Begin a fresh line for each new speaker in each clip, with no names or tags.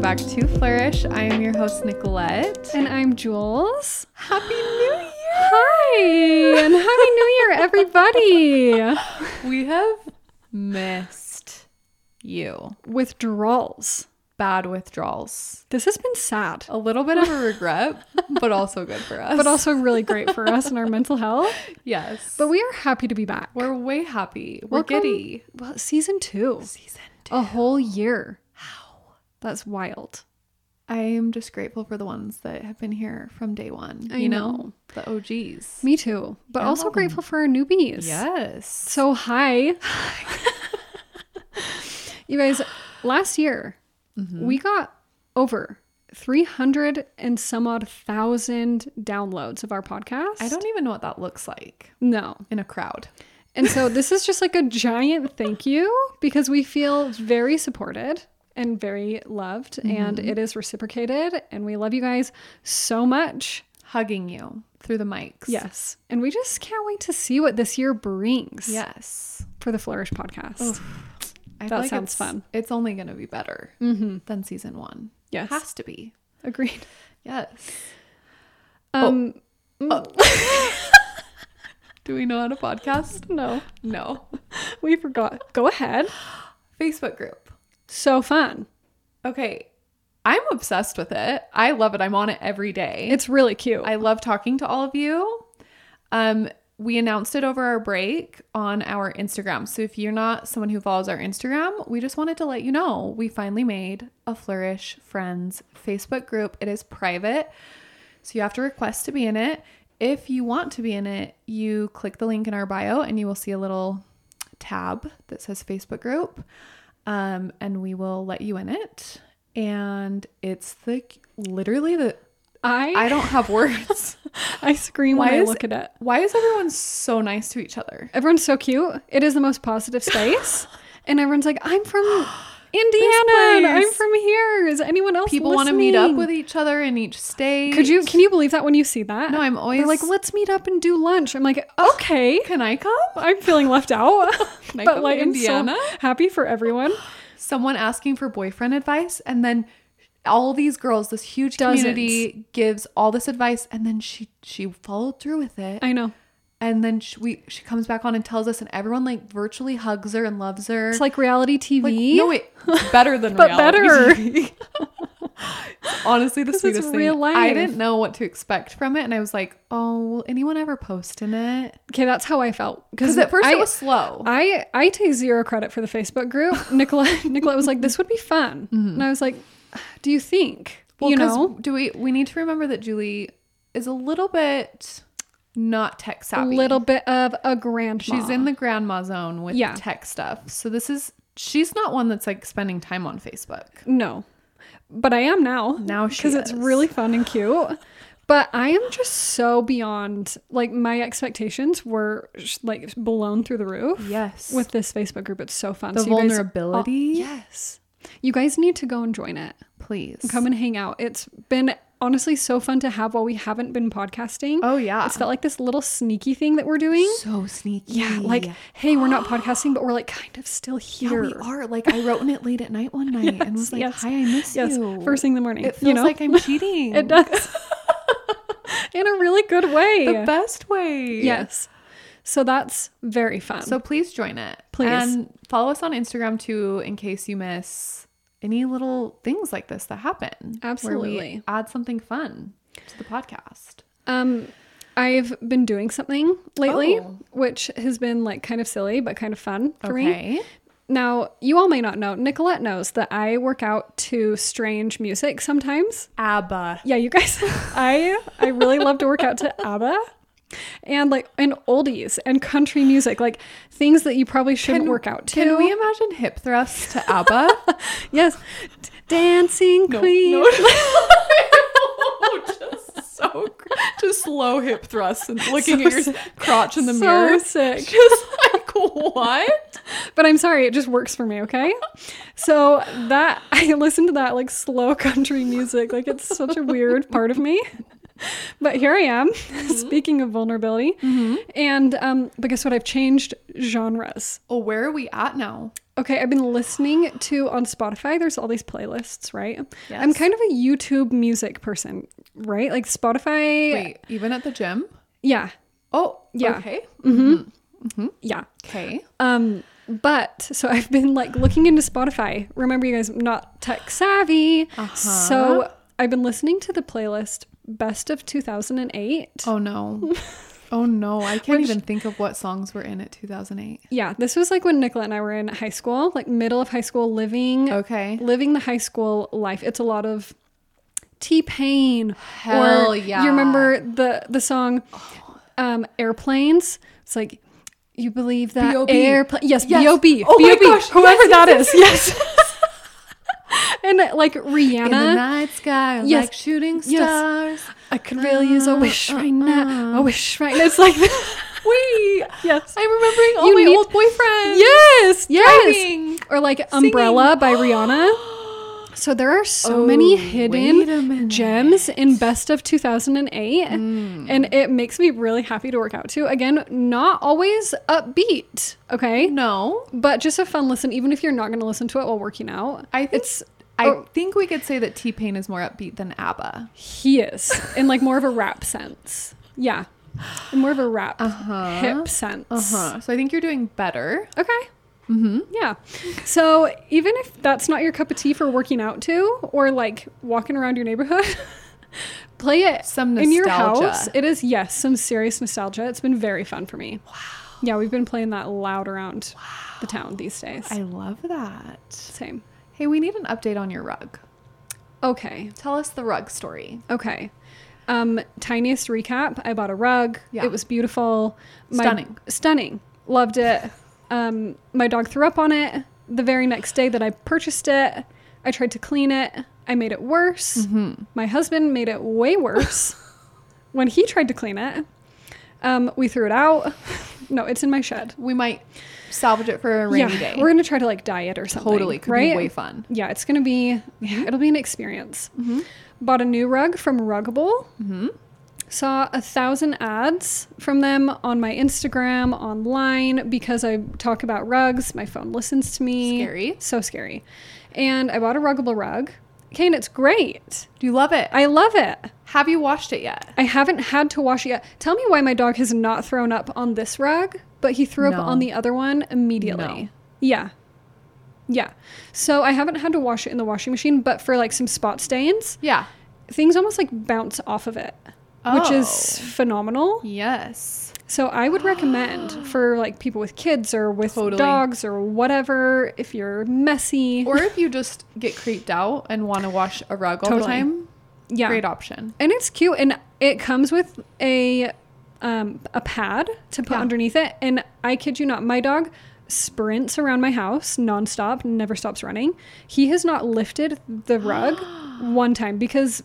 back to Flourish. I am your host, Nicolette.
And I'm Jules.
Happy New Year!
Hi, and Happy New Year, everybody.
We have missed you.
Withdrawals.
Bad withdrawals.
This has been sad,
A little bit of a regret, but also good for us.
but also really great for us and our mental health.
yes.
But we are happy to be back.
we're way happy. We're
Welcome.
giddy.
well, season two,
Season two.
a whole year. How? That's wild.
I am just grateful for the ones that have been here from day one.
I
you know,
know.
the OGs.
Me too, but
I
also
love
grateful for our newbies.
Yes.
So hi, you guys. Last year,
Mm-hmm.
we got over three hundred and some odd thousand downloads of our podcast.
I don't even know what that looks like
know.
in a crowd.
And so this is just like a giant thank you because we feel very supported and very loved and
Mm-hmm.
it is reciprocated and we love you guys so much.
Hugging you through the mics.
Yes. And we just can't wait to see what this year brings
Yes.
for the Flourish podcast.
I
That
feel like it's-
sounds fun.
It's only going to be better than season one.
Yes.
Has to be.
Agreed.
Yes. Oh,
Um
Do we know how to podcast?
no,
No.
we forgot. Go ahead.
Facebook group.
So fun.
Okay. I'm obsessed with it. I love it. I'm on it every day.
It's really cute.
I love talking to all of you. Um, we announced it over our break on our Instagram. So if you're not someone who follows our Instagram, we just wanted to let you know we finally made a Flourish Friends Facebook group. It is private, so you have to request to be in it. If you want to be in it, you click the link in our bio and you will see a little tab that says Facebook group. Um, and we will let you in it. And it's the literally the I
I
don't have words.
I scream when
Why
I
is-
look at it.
Why is everyone so nice to each other?
Everyone's so cute. It is the most positive space. and everyone's like, I'm from Indiana.
place.
I'm from here. Is anyone else?
People want to meet up
listening?"
with each other in each state.
Could you can you believe that when you see that?
No, I'm always Oh,
They're like, let's meet up and do lunch. I'm like, okay.
Can I come?
I'm feeling left out.
Can I
but
go to
like I'm so
Indiana?
happy for everyone.
Someone asking for boyfriend advice, and then all these girls, this huge community, gives all this advice, and then she she followed through with it,
I know.
and then she, we she comes back on and tells us, and everyone like virtually hugs her and loves her.
It's like reality TV.
Like, no, wait, better than
but
reality
better.
honestly the
This is
sweetest thing.
real life.
I didn't know what to expect from it, and I was like, "Oh, will anyone ever post in it?"
okay, that's how I felt.
Because at first
I,
it was slow.
I I take zero credit for the Facebook group. Nicola Nicola was like, this would be fun. And I was like, do you think?
Mm-hmm. Well,
you
'cause
know,
do we we need to remember that Julie is a little bit not tech
a
savvy.
little bit of a grandma.
She's in the grandma zone with
Yeah.
tech stuff. So this is she's not one that's like spending time on Facebook.
No. But I am now.
Now she
Because it's
is.
really fun and cute. But I am just so beyond, like, my expectations were, sh- like, blown through the roof
Yes.
with this Facebook group. It's so fun.
the
so you guys- Oh,
vulnerability.
yes. You guys need to go and join it.
Please.
Come and hang out. It's been honestly so fun to have while we haven't been podcasting.
oh yeah.
It's felt like this little sneaky thing that we're doing.
so sneaky.
Yeah, like, hey, we're not podcasting, but we're like kind of still
Yeah,
here.
we are. Like I wrote in it late at night one night and was like,
yes.
"Hi, I miss
Yes,
you."
first thing in the morning.
it feels
you know?
like I'm cheating.
It does. In a really good way.
the best way.
Yes. So that's very fun.
So please join it.
Please.
and follow us on Instagram too, in case you miss any little things like this that happen. where we
Absolutely.
add something fun to the podcast.
um I've been doing something lately
Oh.
which has been like kind of silly but kind of fun for me.
okay.
Now, you all may not know, Nicolette knows that I work out to strange music sometimes.
Abba.
Yeah, you guys. I I really love to work out to ABBA. And like and oldies and country music, like things that you probably shouldn't work out to.
Can we imagine hip thrusts to Abba?
Yes. D- Dancing queen.
just so cr- just slow hip thrusts and
So
crotch in
so sick.
Just like what?
But I'm sorry, it just works for me, okay? So that I listen to that like slow country music. Like it's such a weird part of me. but here I am, speaking of vulnerability. And um, but guess what? I've changed genres.
Oh, where are we at now?
Okay, I've been listening to on Spotify. There's all these playlists, right? I'm
Yes.
kind of a YouTube music person, right? Like Spotify.
Wait, even at the gym?
Yeah,
Oh,
Yeah.
Okay.
yeah.
Okay.
Um, but so I've been like looking into Spotify. Remember, you guys, I'm not tech savvy, so I've been listening to the playlist "Best of 2008."
Oh no. Oh no, I can't even think of what songs were in it 2008.
Yeah, this was like when Nicola and I were in high school, like middle of high school, living
Okay.
living the high school life. It's a lot of T Pain.
Hell yeah.
You remember the the song um, "Airplanes"? It's like you believe that
B.O.B..
airplane. Yes,
Yes.
B.O.B.
Oh my
B.O.B.,
gosh,
Whoever
yes,
that is, yes. and uh, like Rihanna,
In the night sky,
Yes.
like shooting
Yes.
stars.
I could really use a wish right now. A wish right now. It's like Oh,
Wait.
yes,
I'm remembering all
You
my
need-
old boyfriends.
yes, yes.
Driving.
Or like "Umbrella" by Rihanna. So there are so many
Oh, wait a
hidden
minute. Hmm.
gems in Best of 2008, and it makes me really happy to work out to. Again, not always upbeat, okay?
No.
But just a fun listen, even if you're not going to listen to it while working out.
I think
it's
I
oh.
think we could say that T Pain is more upbeat than ABBA.
he is in like more of a rap sense, yeah, in more of a rap
Uh-huh.
hip sense.
Uh-huh. So I think you're doing better.
Okay. Mm-hmm. Yeah. So even if that's not your cup of tea for working out to or like walking around your neighborhood, play it
Some
in your
nostalgia.
house. It is, yes, some serious nostalgia. It's been very fun for me. Wow. Yeah, we've been playing that loud around the town these days.
I love that.
Same.
Hey, we need an update on your rug.
Okay.
Tell us the rug story.
Okay. Um, tiniest recap. I bought a rug.
Yeah.
It was beautiful.
Stunning.
Stunning. Loved it. Um, my dog threw up on it the very next day that I purchased it. I tried to clean it. I made it worse.
Mm-hmm.
My husband made it way worse when he tried to clean it. Um, we threw it out. No, it's in my shed.
We might salvage it for a rainy
yeah,
day.
we're gonna try to like dye it or something.
totally could
right?
be way fun.
Yeah, it's gonna be. It'll be an experience. Bought a new rug from Ruggable. Saw a thousand ads from them on my Instagram, online because I talk about rugs. My phone listens to me.
Scary.
So scary. And I bought a Ruggable rug. Okay, and it's great.
Do you love it?
I love it.
Have you washed it yet?
I haven't had to wash it yet. Tell me why my dog has not thrown up on this rug, but he threw
No.
up on the other one immediately.
No.
Yeah. Yeah. So I haven't had to wash it in the washing machine, but for like some spot stains,
Yeah.
things almost like bounce off of it, which is
Oh.
phenomenal.
Yes.
So I would recommend for like people with kids or with
Totally.
dogs or whatever, if you're messy.
Or if you just get creeped out and want to wash a rug all the
Totally.
time,
yeah.
great option.
and it's cute and it comes with a um, a pad to put
Yeah.
underneath it and i kid you not my dog sprints around my house nonstop never stops running he has not lifted the rug one time because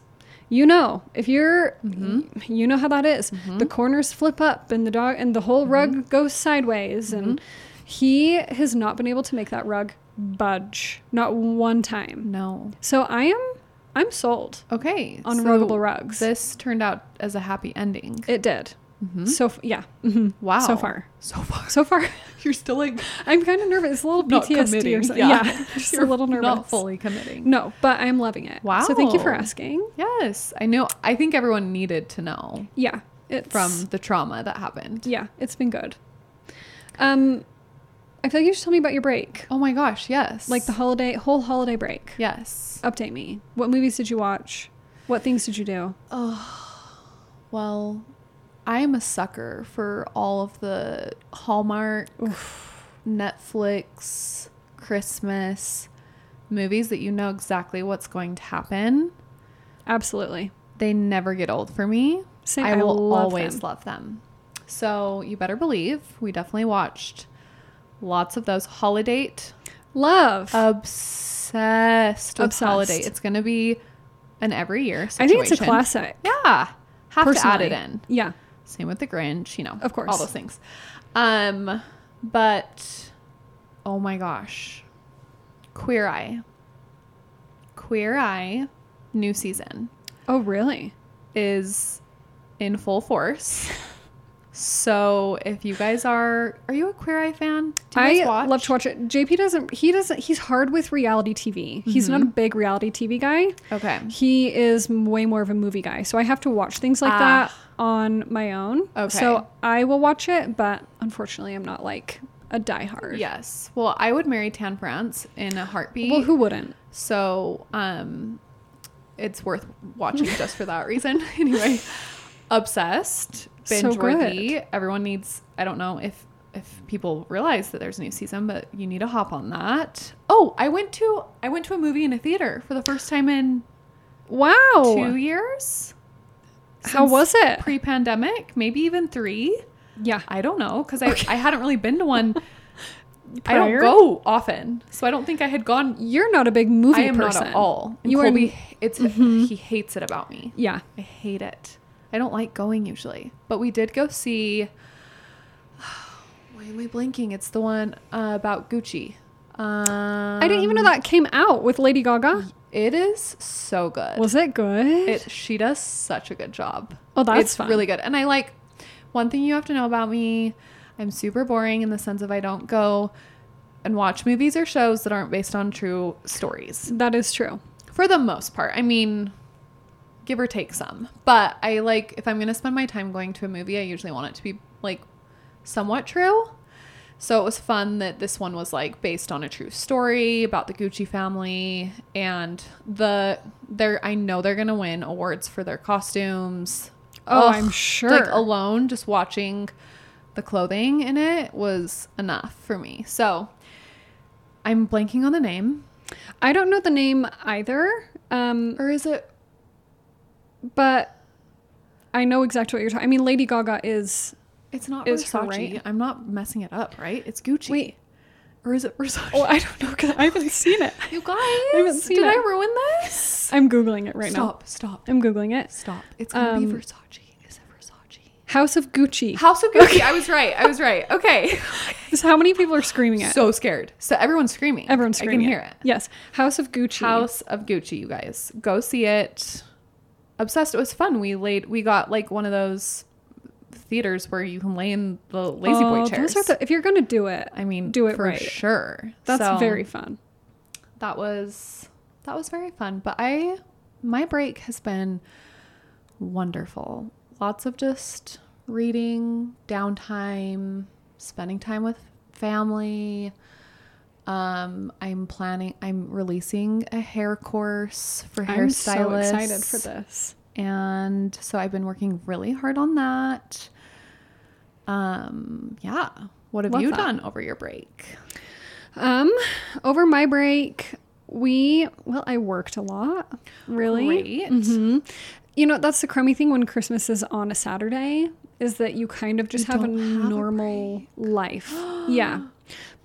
you know if you're
Mm-hmm.
you know how that is. the corners flip up and the dog and the whole
Mm-hmm.
rug goes sideways and he has not been able to make that rug budge not one time
No.
so i am i'm sold
Okay.
on
so
ruggable rugs
This turned out as a happy ending.
it did. So f- yeah. hmm
Mm-hmm. Wow.
So far.
So far.
So far,
You're still like
I'm kind of nervous. It's a little
not
PTSD or
committing.
something. Yeah, just
You're
a little nervous.
Not fully committing.
No, but I'm loving it. So thank you for
Wow.
asking.
Yes. I know. I think everyone needed to know
Yeah, it's
from the trauma that happened.
yeah, it's been good. Um, I feel like you should tell me about your break,
Oh my gosh. Yes.
like the holiday, whole holiday break.
Yes.
Update me. What movies did you watch? What things did you do?
Well, I am a sucker for all of the Hallmark, Netflix, Christmas movies that you know exactly what's going to happen.
Absolutely.
They never get old for me.
Same.
I
I
will
love
always
them.
love them. So you better believe we definitely watched lots of those. Holiday,
Love.
obsessed with
Obsessed.
Holiday. It's going to be an every year
I
situation.
think it's a classic.
Yeah. Have to add it
personally.
in.
Yeah.
Same with the Grinch, you know,
Of course.
all those things. Um, but oh my gosh, Queer Eye, Queer Eye, new season.
Oh really?
is in full force. So if you guys are, are you a Queer Eye fan? Do you
I
guys watch?
love to watch it. JP doesn't. He doesn't. He's hard with reality TV. He's
Mm-hmm.
not a big reality TV guy.
Okay.
He is m- way more of a movie guy. So I have to watch things like that on my own.
Ah. Okay.
So I will watch it, but unfortunately, I'm not like a diehard.
Yes. Well, I would marry Tan France in a heartbeat.
Well, who wouldn't?
So, um, it's worth watching just for that reason. anyway, obsessed,
So
binge worthy. Everyone needs. I don't know if if people realize that there's a new season, but you need to hop on that. Oh, I went to I went to a movie in a theater for the first time in two
Wow.
years.
How
since
was it?
Pre-pandemic, maybe even three.
yeah.
I don't know because I, I hadn't really been to one. I don't
Prior?
go often, so I don't think I had gone.
You're not a big movie
I am
person Mm-hmm.
not at all. And
You are.
Colby, it's he hates it about me.
Yeah.
I hate it. I don't like going usually, but we did go see. Why am I blinking? It's the one uh, about Gucci. Um,
I didn't even know that came out with Lady Gaga.
It is so good.
Was it good?
It she does such a good job.
Oh, that's
it's
fun.
really good. And I like one thing you have to know about me. I'm super boring in the sense of I don't go and watch movies or shows that aren't based on true stories
that is true.
for the most part. I mean, give or take some. But I like if I'm going to spend my time going to a movie, I usually want it to be like somewhat true. So it was fun that this one was like based on a true story about the Gucci family and the they're I know they're going to win awards for their costumes.
Oh,
Ugh,
I'm sure.
Like alone just watching the clothing in it was enough for me. So I'm blanking on the name.
I don't know the name either. Um,
Or is it
but I know exactly what you're talking. I mean, Lady Gaga is
It's not
is her,
Versace.
right?
I'm not messing it up, right? It's Gucci.
Wait.
Or is it Versace?
Oh, I don't know because I haven't seen it.
you guys,
haven't seen
did I
it.
ruin this?
I'm googling it right
stop, stop,
now. I'm googling it.
stop. It's gonna be
Um,
Versace. Is it Versace?
House of Gucci.
House of Gucci. I was right. I was right. Okay.
Is how many people are screaming it?
so scared. So everyone's screaming.
Everyone's
I
screaming.
can hear it.
Yes. House of Gucci.
House of Gucci, you guys. Go see it. Obsessed. It was fun. We laid. We got like one of those theaters where you can lay in the lazy
Oh,
boy
those
chairs.
are the- if you're gonna do it,
I mean,
do it
for
right.
sure.
That's
So-
very fun.
that was that was very fun but i my break has been wonderful lots of just reading downtime spending time with family um i'm planning i'm releasing a hair course for
I'm
hairstylists
so excited for this.
and so i've been working really hard on that um yeah what have
Love
you
that.
done over your break
Um, over my break, we well, I worked a lot. Really,
Great.
Mhm. You know, that's the crummy thing when Christmas is on a Saturday is that you kind of just have a
don't have a
normal life. yeah.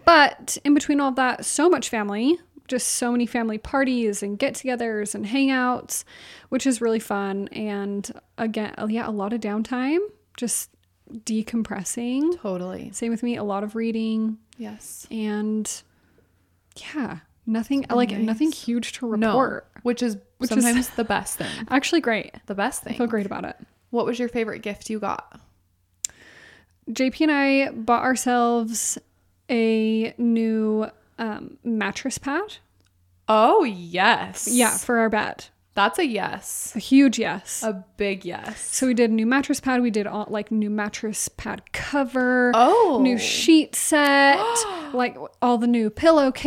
But in between all of that, so much family, just so many family parties and get togethers and hangouts, which is really fun. And again, oh, yeah, a lot of downtime, just decompressing.
totally
Same with me, a lot of reading,
yes
and yeah, nothing like nothing huge to report.
No, which is
Which is-
sometimes the best thing.
Actually, great.
The best
I feel
thing.
great about it.
What was your favorite gift you got?
JP and I bought ourselves a new um, mattress pad.
Oh yes.
Yeah, for our bed.
That's a yes.
A huge yes.
A big yes.
so we did a new mattress pad. We did all, like new mattress pad cover.
Oh.
New sheet set. like all the new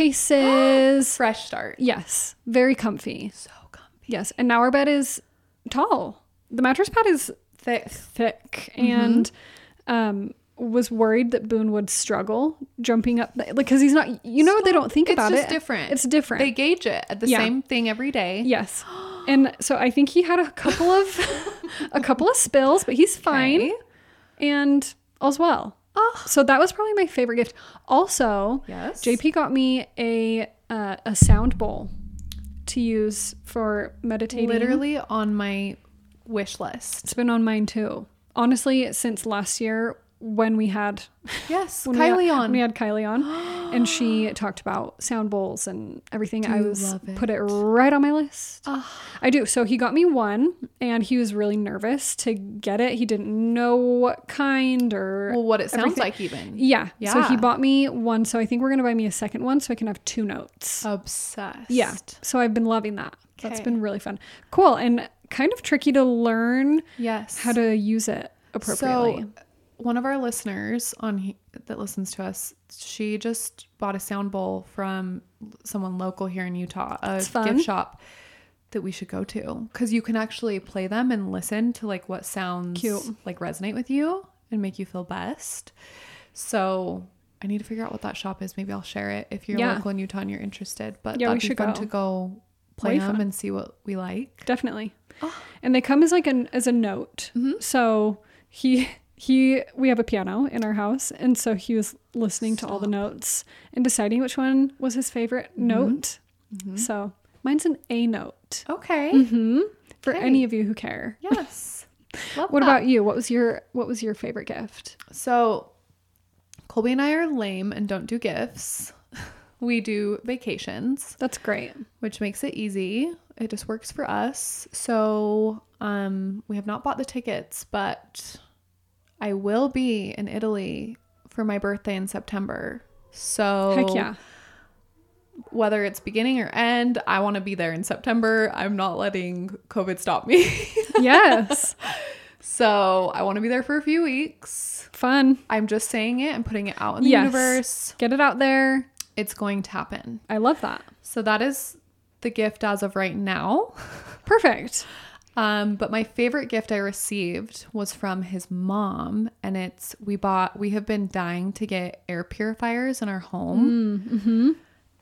pillowcases.
Fresh start.
yes, very comfy.
So comfy.
Yes, and now our bed is tall. The mattress pad is
Thick.
thick
Mm-hmm.
and um was worried that Boone would struggle jumping up like because he's not you know they don't think
It's
about
just
it
different.
it's different
They gauge it at the
Yeah.
same thing every day.
yes and so I think he had a couple of a couple of spills but he's fine
Okay.
and all's well
Oh.
so that was probably my favorite gift also
Yes.
JP got me a uh, a sound bowl to use for meditating
Literally on my wish list.
It's been on mine too. Honestly, since last year when we had
Yes.
when we
Kylie
had,
on.
when we had Kylie on, and she talked about sound bowls and everything. I
you
was
love
put it right on my list. I do. So he got me one, and he was really nervous to get it. He didn't know what kind or
Well, what it sounds
Everything-
like, even.
yeah. So he
Yeah.
bought me one. So I think we're gonna buy me a second one so I can have two notes.
Obsessed.
Yeah. So I've been loving that. That's
Oh, Okay.
been really fun. Cool and kind of tricky to learn
Yes.
how to use it appropriately.
So, uh, one of our listeners on he- that listens to us, she just bought a sound bowl from someone local here in Utah, a
That's fun.
gift shop that we should go to because you can actually play them and listen to like what sounds
Cute.
like resonate with you and make you feel best. So. I need to figure out what that shop is. Maybe I'll share it if you're
Yeah.
local in Utah and you're interested. But
Yeah, we
that'd be
should
fun
go.
to go play
Way
them
fun.
and see what we like.
Definitely.
Oh. Mm-hmm.
And they come as like an as a note. So he he we have a piano in our house and so he was listening to all the notes and deciding which one was his favorite
Mm-hmm.
note. So mine's an A note.
Okay.
Mhm.
Mm-hmm.
For
Okay. Ah.
any of you who care.
Yes. Love
What
that.
about you? What was your what was your favorite gift?
So, Colby and I are lame and don't do gifts. We do vacations,
That's great.
which makes it easy. It just works for us. So, um, we have not bought the tickets, but I will be in Italy for my birthday in September. So,
Heck yeah.
whether it's beginning or end, I want to be there in September. I'm not letting COVID stop me.
yes.
so, I want to be there for a few weeks.
Fun.
I'm just saying it and putting it out in the
Yes.
universe.
Get it out there.
it's going to happen.
I love that.
So that is the gift as of right now.
Perfect.
Um, but my favorite gift I received was from his mom, and it's we bought. We have been dying to get air purifiers in our home,
Mm-hmm.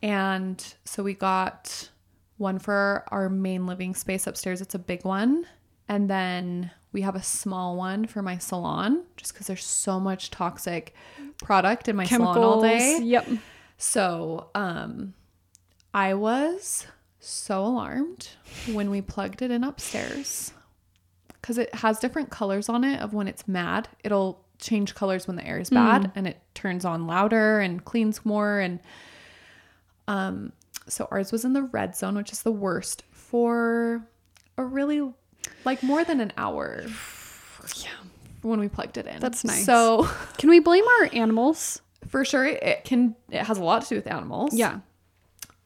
and so we got one for our main living space upstairs. It's a big one, and then we have a small one for my salon, just because there's so much toxic product in my
Chemicals.
salon all day.
Yep.
So, um, I was so alarmed when we plugged it in upstairs because it has different colors on it of when it's mad. It'll change colors when the air is
Mm.
bad and it turns on louder and cleans more. And, um, so ours was in the red zone, which is the worst for a really like more than an hour.
Yeah.
When we plugged it in.
That's nice.
So,
Can we blame our animals?
for sure, it can, it has a lot to do with animals.
Yeah.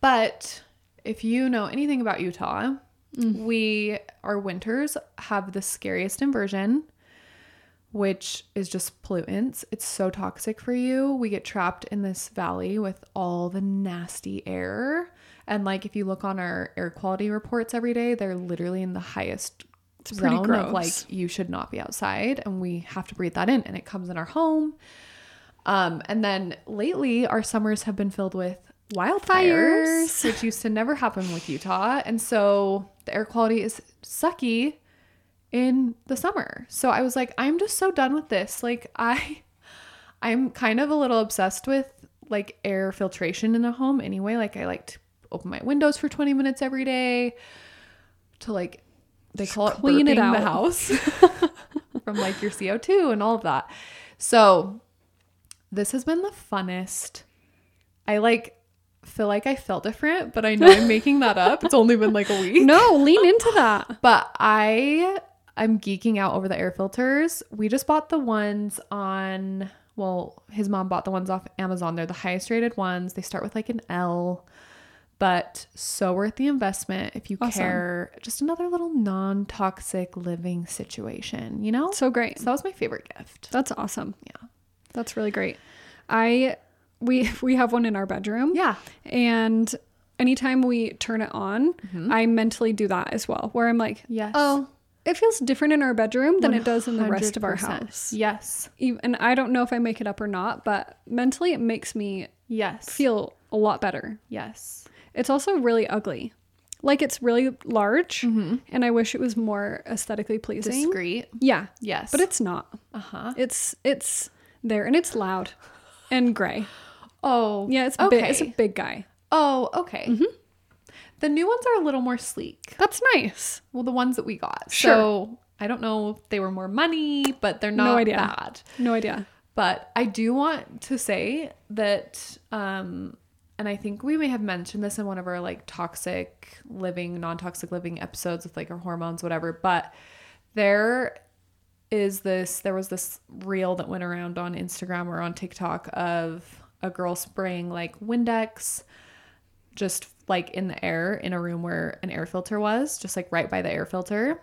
But if you know anything about Utah,
Mm.
we our winters have the scariest inversion, which is just pollutants. It's so toxic for you. We get trapped in this valley with all the nasty air. And like if you look on our air quality reports every day, they're literally in the highest
pretty
zone of
gross.
like you should not be outside and we have to breathe that in and it comes in our home. Um, and then lately, our summers have been filled with wildfires,
Fires.
which used to never happen with Utah. And so the air quality is sucky in the summer. So I was like, I'm just so done with this. Like I, I'm kind of a little obsessed with like air filtration in a home anyway. Like I like to open my windows for 20 minutes every day to like they call it
clean it
burping the
out.
house from like your CO2 and all of that. So this has been the funnest. I like feel like I feel different, but I know I'm making that up. It's only been like a week.
No, lean into that.
But I I'm geeking out over the air filters. We just bought the ones on well, his mom bought the ones off Amazon. They're the highest rated ones. They start with like an L. But so worth the investment if you
Awesome.
care. Just another little non-toxic living situation, you know? So,
So great.
that was my favorite gift.
That's awesome.
Yeah.
That's really great. I we we have one in our bedroom.
Yeah.
And anytime we turn it on, I mentally do that as well, where I'm like,
Mm-hmm. Yes.
oh, it feels different in our bedroom than it does in the rest of our house.
Yes.
E- And I don't know if I make it up or not, but mentally it makes me
Yes.
feel a lot better.
Yes.
It's also really ugly. Like it's really large,
Mm-hmm.
and I wish it was more aesthetically pleasing.
Discreet.
Yeah,
Yes.
but it's not.
uh-huh.
It's it's there and it's loud and gray.
Oh.
Yeah, it's big. It's a
Okay.
big guy.
Oh, okay.
Mm-hmm.
The new ones are a little more sleek.
That's nice.
Well, the ones that we got.
Sure.
So I don't know if they were more money, but they're not
idea.
bad.
No idea.
But I do want to say that, um, and I think we may have mentioned this in one of our like toxic living, non toxic living episodes with like our hormones, whatever, but there is this there was this reel that went around on Instagram or on TikTok of a girl spraying like Windex just like in the air in a room where an air filter was, just like right by the air filter.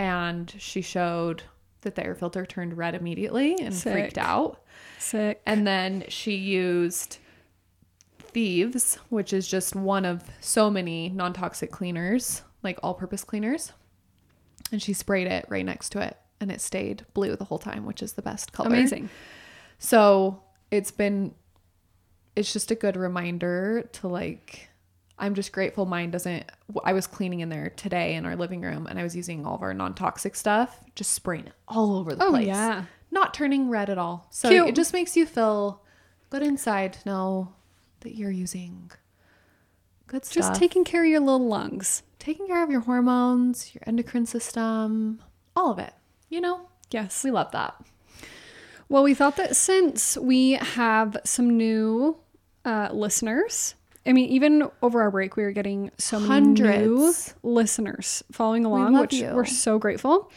And she showed that the air filter turned red immediately and
Sick.
freaked out.
Sick.
And then she used Thieves, which is just one of so many non toxic cleaners, like all purpose cleaners. And she sprayed it right next to it and it stayed blue the whole time, which is the best color.
Amazing.
So it's been, it's just a good reminder to like, I'm just grateful mine doesn't. I was cleaning in there today in our living room and I was using all of our non toxic stuff, just spraying it all over the
Oh,
place.
yeah.
Not turning red at all. So
Cute.
it just makes you feel good inside to know that you're using good
Just
stuff.
taking care of your little lungs.
taking care of your hormones, your endocrine system, all of it. You know,
Yes.
we love that.
Well, we thought that since we have some new uh, listeners, I mean, even over our break, we were getting so many new
Hundreds.
listeners following along,
love
which
you.
we're so grateful.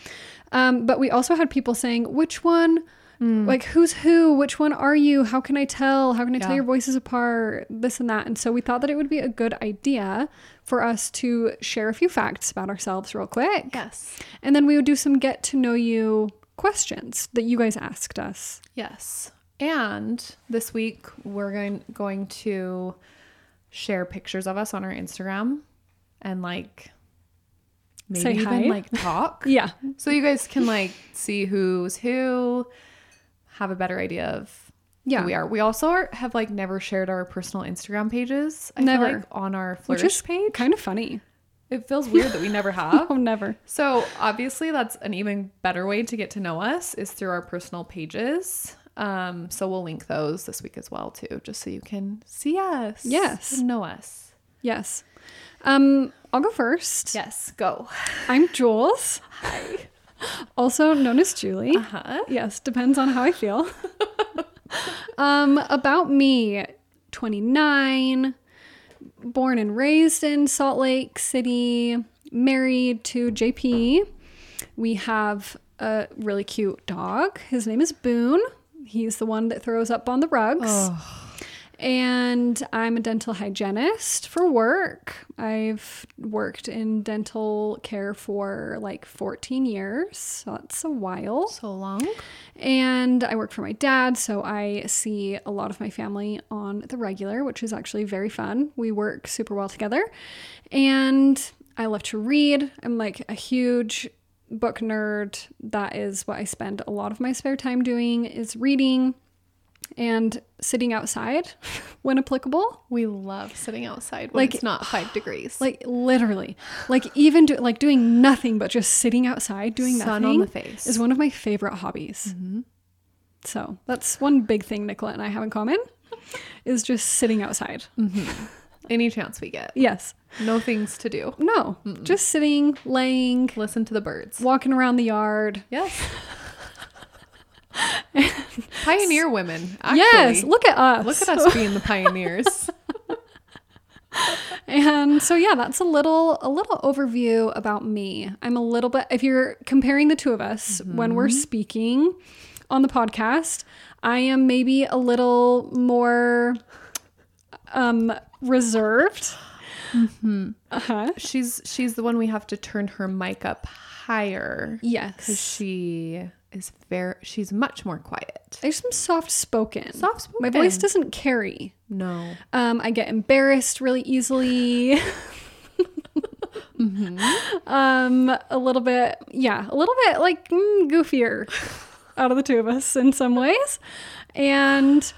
Um, but we also had people saying, which one,
Mm.
like, who's who? Which one are you? How can I tell? How can I tell
Yeah.
your voices apart? This and that. And so we thought that it would be a good idea for us to share a few facts about ourselves real quick.
Yes.
And then we would do some get to know you questions that you guys asked us.
Yes. And this week we're going going to share pictures of us on our Instagram and like maybe
Say
even
hi.
like talk.
Yeah.
So you guys can like see who's who, have a better idea of
Yeah.
who we are. We also are, have like never shared our personal Instagram pages. I
Never.
feel like on our
Which
Flourish
is
page.
Kind of funny.
It feels weird that we never have.
Oh, never.
So obviously, that's an even better way to get to know us is through our personal pages. Um, so we'll link those this week as well too, just so you can see us,
Yes.
and know us.
Yes. Um, I'll go first.
Yes, go.
I'm Jules. Hi. Also known as Julie.
Huh?
Yes, depends on how I feel. um, about me, 29, born and raised in Salt Lake City, married to JP. We have a really cute dog. His name is Boone. He's the one that throws up on the rugs. And I'm a dental hygienist for work. I've worked in dental care for like 14 years. So that's a while.
So long.
And I work for my dad, so I see a lot of my family on the regular, which is actually very fun. We work super well together. And I love to read. I'm like a huge book nerd. That is what I spend a lot of my spare time doing is reading and sitting outside when applicable.
We love sitting outside when
Like-
it's not five degrees.
Like literally. Like even do, like doing nothing but just sitting outside doing
sun
nothing
on the face.
is one of my favorite hobbies.
Mm-hmm.
So that's one big thing Nicola and I have in common is just sitting outside.
Mm-hmm. Any chance we get,
Yes.
no things to do.
No, just sitting, laying,
Listen to the birds.
walking around the yard.
Yes. Pioneer women. Actually.
Yes, look at us.
Look at us being the pioneers.
And so yeah, that's a little a little overview about me. I'm a little bit if you're comparing the two of us when
Mm-hmm.
we're speaking on the podcast, I am maybe a little more um reserved.
Mm-hmm.
Uh-huh.
she's she's the one we have to turn her mic up higher because
Yes.
she is very she's much more quiet.
I just am soft spoken.
Soft spoken.
My voice doesn't carry.
No.
Um, I get embarrassed really easily.
Mm-hmm.
Um, a little bit, yeah, a little bit like mm, goofier out of the two of us in some ways, and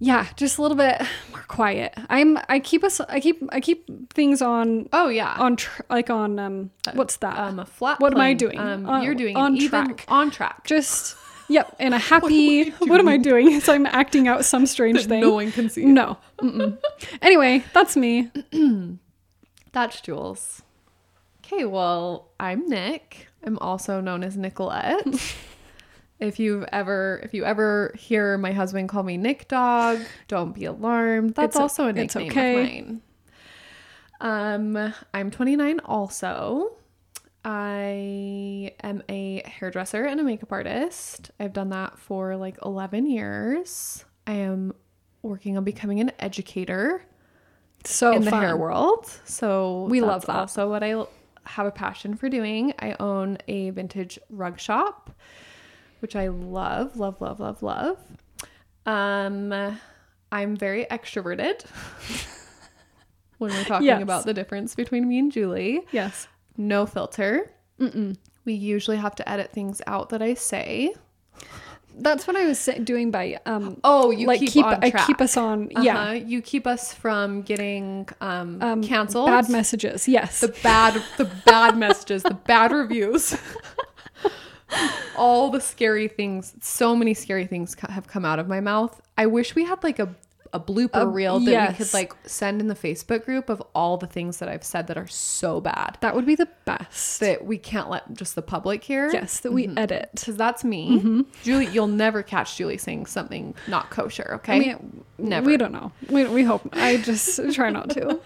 yeah, just a little bit more quiet. I'm I keep us I keep I keep things on
Oh yeah.
on tr- like on um what's that
um, a flat.
what am I
plane.
doing?
Um,
On-
you're doing
on
on even,
track.
track. On track.
just yep in a happy what am I doing? So I'm acting out some strange thing.
No one can see. it.
No. Mm-mm. anyway, that's me.
That's Jules. Okay, well, I'm Nick. I'm also known as Nicolette. If you've ever, if you ever hear my husband call me Nick Dog, don't be alarmed. That's
It's o-
also a
it's
nickname
okay.
of mine. Um, I'm 29. Also, I am a hairdresser and a makeup artist. I've done that for like 11 years. I am working on becoming an educator
So
in the
fun.
hair world. So
We
that's
love that.
Also, what I l- have a passion for doing. I own a vintage rug shop, which I love, love, love, love, love. Um, I'm very extroverted. when we're talking
Yes.
about the difference between me and Julie,
Yes.
no filter. We usually have to edit things out that I say.
That's what I was sa- doing by um
Oh, you
like
keep,
keep,
on
I keep
track.
us on
Uh-huh.
yeah
you keep us from getting um,
Um,
canceled.
bad messages. Yes.
the bad the bad messages the bad reviews all the scary things so many scary things co- have come out of my mouth i wish we had like a a blooper reel that we could
yes.
like send in the facebook group of all the things that i've said that are so bad
that would be the best.
that we can't let just the public hear
yes, Mm-hmm. that
Mm-hmm.
we edit.
because that's me julie you'll never catch julie saying something not kosher okay
I mean,
Never.
We don't know. We, we hope. I just try not to.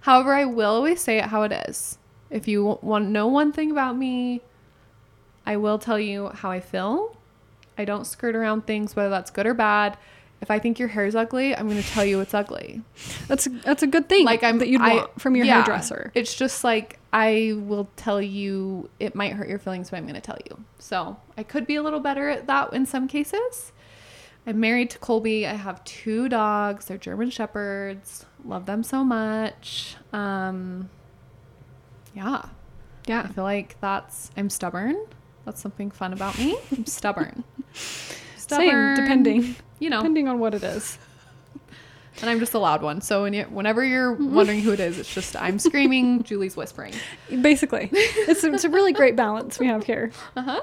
However, I will always say it how it is. If you want to know one thing about me, I will tell you how I feel. I don't skirt around things, whether that's good or bad. If I think your hair's ugly, I'm going to tell you it's ugly.
That's that's a good thing.
Like I'm
that you'd
I-
want from your
yeah.
hairdresser.
It's just like I will tell you it might hurt your feelings, but I'm going to tell you. So I could be a little better at that in some cases. I'm married to Colby. I have two dogs. They're German shepherds. Love them so much. Um, yeah, I
Yeah.
feel like that's I'm stubborn. That's something fun about me. I'm stubborn.
Same. Depending.
You know,
Depending on what it is.
and I'm just a loud one. So when you, whenever you're
Mm-hmm.
wondering who it is, it's just I'm screaming, Julie's whispering.
Basically, it's a, it's a really great balance we have here.
Uh huh.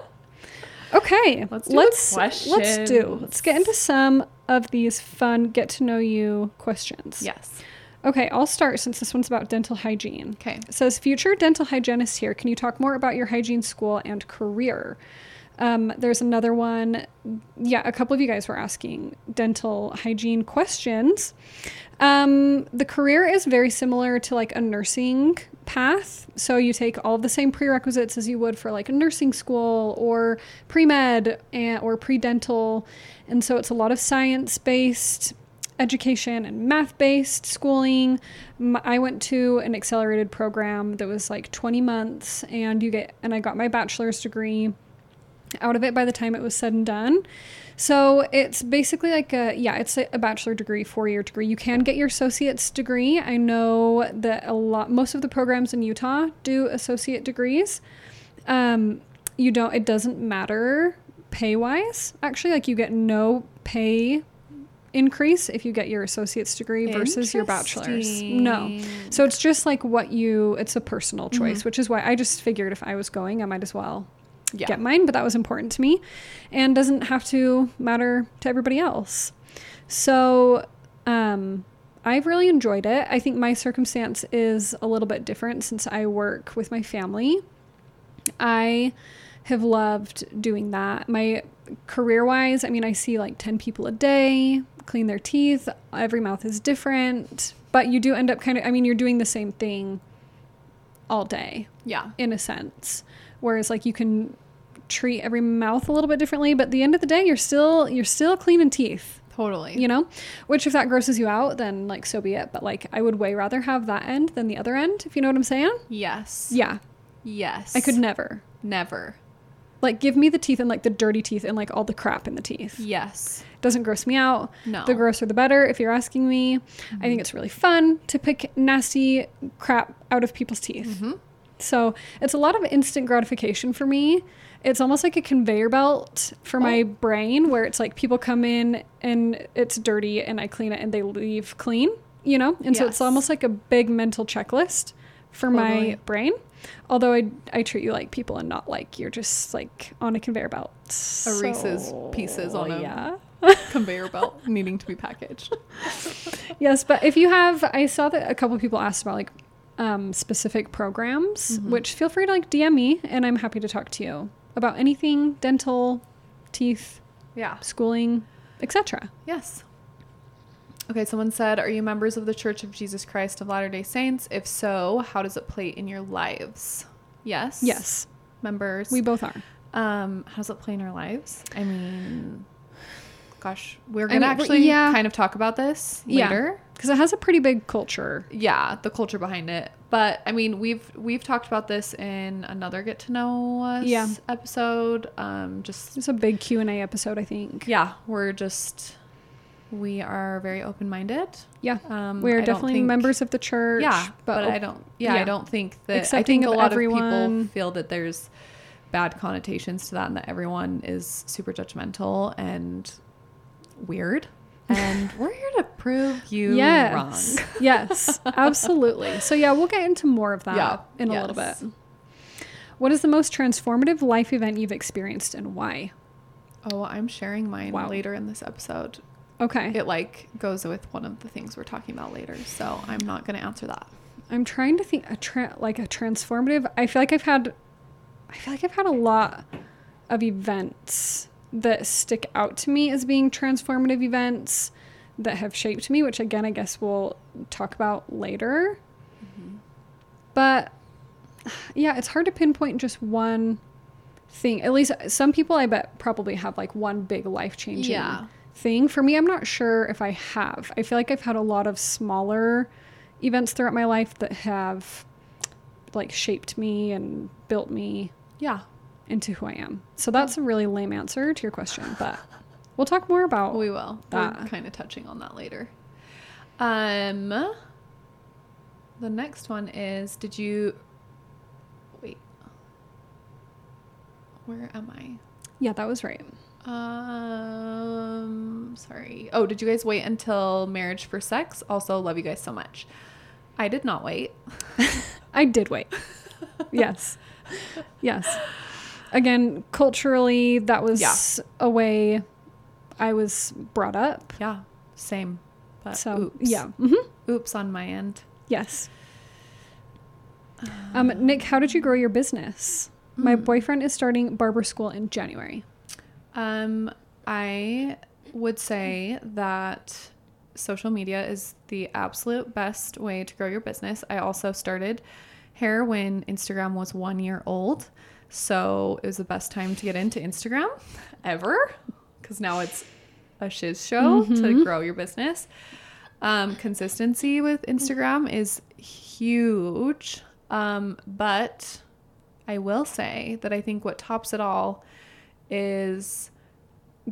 Okay,
Let's do the
let's let's do.
questions.
Let's get into some of these fun get to know you questions.
Yes.
Okay, I'll start since this one's about dental hygiene.
Okay.
It says future dental hygienist here. Can you talk more about your hygiene school and career? Um, there's another one. Yeah, a couple of you guys were asking dental hygiene questions. Um, the career is very similar to like a nursing path. So you take all the same prerequisites as you would for like a nursing school or pre med or pre dental. And so it's a lot of science based education and math based schooling. M- I went to an accelerated program that was like 20 months and you get and I got my bachelor's degree out of it by the time it was said and done. So it's basically like a yeah, it's a a bachelor degree, four year degree. You can get your associate's degree. I know that a lot most of the programs in Utah do associate degrees. Um, you don't it doesn't matter pay wise actually like you get no pay increase if you get your associate's degree versus your bachelor's. No.
Interesting.
So it's just like what you it's a personal choice, which is why I just figured if I was going, I might as well
Yeah.
get mine, but that was important to me and doesn't have to matter to everybody else. So, um, I've really enjoyed it. I think my circumstance is a little bit different since I work with my family. I have loved doing that. My career wise, I mean, I see like 10 people a day clean their teeth, every mouth is different, but you do end up kind of, I mean, you're doing the same thing all day
Yeah.
in a sense. Whereas like you can treat every mouth a little bit differently, but at the end of the day you're still you're still cleaning teeth,
Totally.
you know? Which if that grosses you out, then like so be it. But like I would way rather have that end than the other end, if you know what I'm saying.
Yes.
Yeah.
Yes.
I could never.
never.
Like give me the teeth and like the dirty teeth and like all the crap in the teeth.
Yes.
doesn't gross me out.
No. Mm-hmm.
The grosser the better, if you're asking me. I think it's really fun to pick nasty crap out of people's teeth.
Mm-hmm.
So it's a lot of instant gratification for me. It's almost like a conveyor belt for my
Oh.
brain where it's like people come in and it's dirty and I clean it and they leave clean, you know? And so
Yes.
it's almost like a big mental checklist for
Totally.
my brain. Although I, I treat you like people and not like you're just like on a conveyor belt.
A Reese's Pieces on a-
yeah.
Conveyor belt needing to be packaged.
yes but if you have i saw that a couple people asked about like um, specific
Mm-hmm.
programs which feel free to like dm me and i'm happy to talk to you about anything dental teeth,
Yeah.
schooling, etc.
Yes. Okay, someone said, Are you members of the Church of Jesus Christ of Latter day Saints? If so, how does it play in your lives? Yes.
Yes,
Members.
we both are.
um, how does it play in our lives? I mean, gosh, we're
I
going to
mean, we're-
actually
yeah.
kind of talk about this
Yeah.
later.
Because it has a pretty big culture.
yeah the culture behind it but i mean we've we've talked about this in another get to know us
Yeah.
episode um just
It's a big Q and A episode, I think.
yeah we're just we are very open-minded
Yeah,
um
we
I
are
don't
definitely
think-
members of the church.
yeah but,
op-
i don't yeah, i
yeah.
don't think that
Accepting
i
of
think a lot of
everyone.
people feel that there's bad connotations to that and that everyone is super judgmental and weird and we're here to prove you
yes,
wrong
yes, absolutely. So yeah, we'll get into more of that
Yeah,
in a little
yes.
bit. What is the most transformative life event you've experienced and why?
oh i'm sharing mine
Wow.
later in this episode
Okay,
it like goes with one of the things we're talking about later so i'm not going to answer that
I'm trying to think a tra- like a transformative. I feel like I've had, I feel like I've had a lot of events that stick out to me as being transformative events that have shaped me, which again I guess we'll talk about later. But yeah, it's hard to pinpoint just one thing. At least some people I bet probably have like one big life changing
Yeah.
thing. For me, I'm not sure if I have. I feel like I've had a lot of smaller events throughout my life that have like shaped me and built me
yeah
into who I am. So that's a really lame answer to your question, but we'll talk more about
we will we're
That.
kind of touching on that later um the next one is did you wait where am i
Yeah, that was right.
um sorry oh did you guys wait until marriage for sex also love you guys so much i did not wait
I did wait. yes. Yes. Again, culturally that was
Yeah.
a way I was brought up.
yeah same but
So,
Uh, oops
yeah. Mhm.
oops on my end
Yes. Um, Nick, how did you grow your business?
hmm.
My boyfriend is starting barber school in January.
Um, I would say that social media is the absolute best way to grow your business. I also started hair when Instagram was one year old. So it was the best time to get into Instagram ever because now it's a shiz show to grow your business. Um, consistency with Instagram is huge. Um, but I will say that I think what tops it all is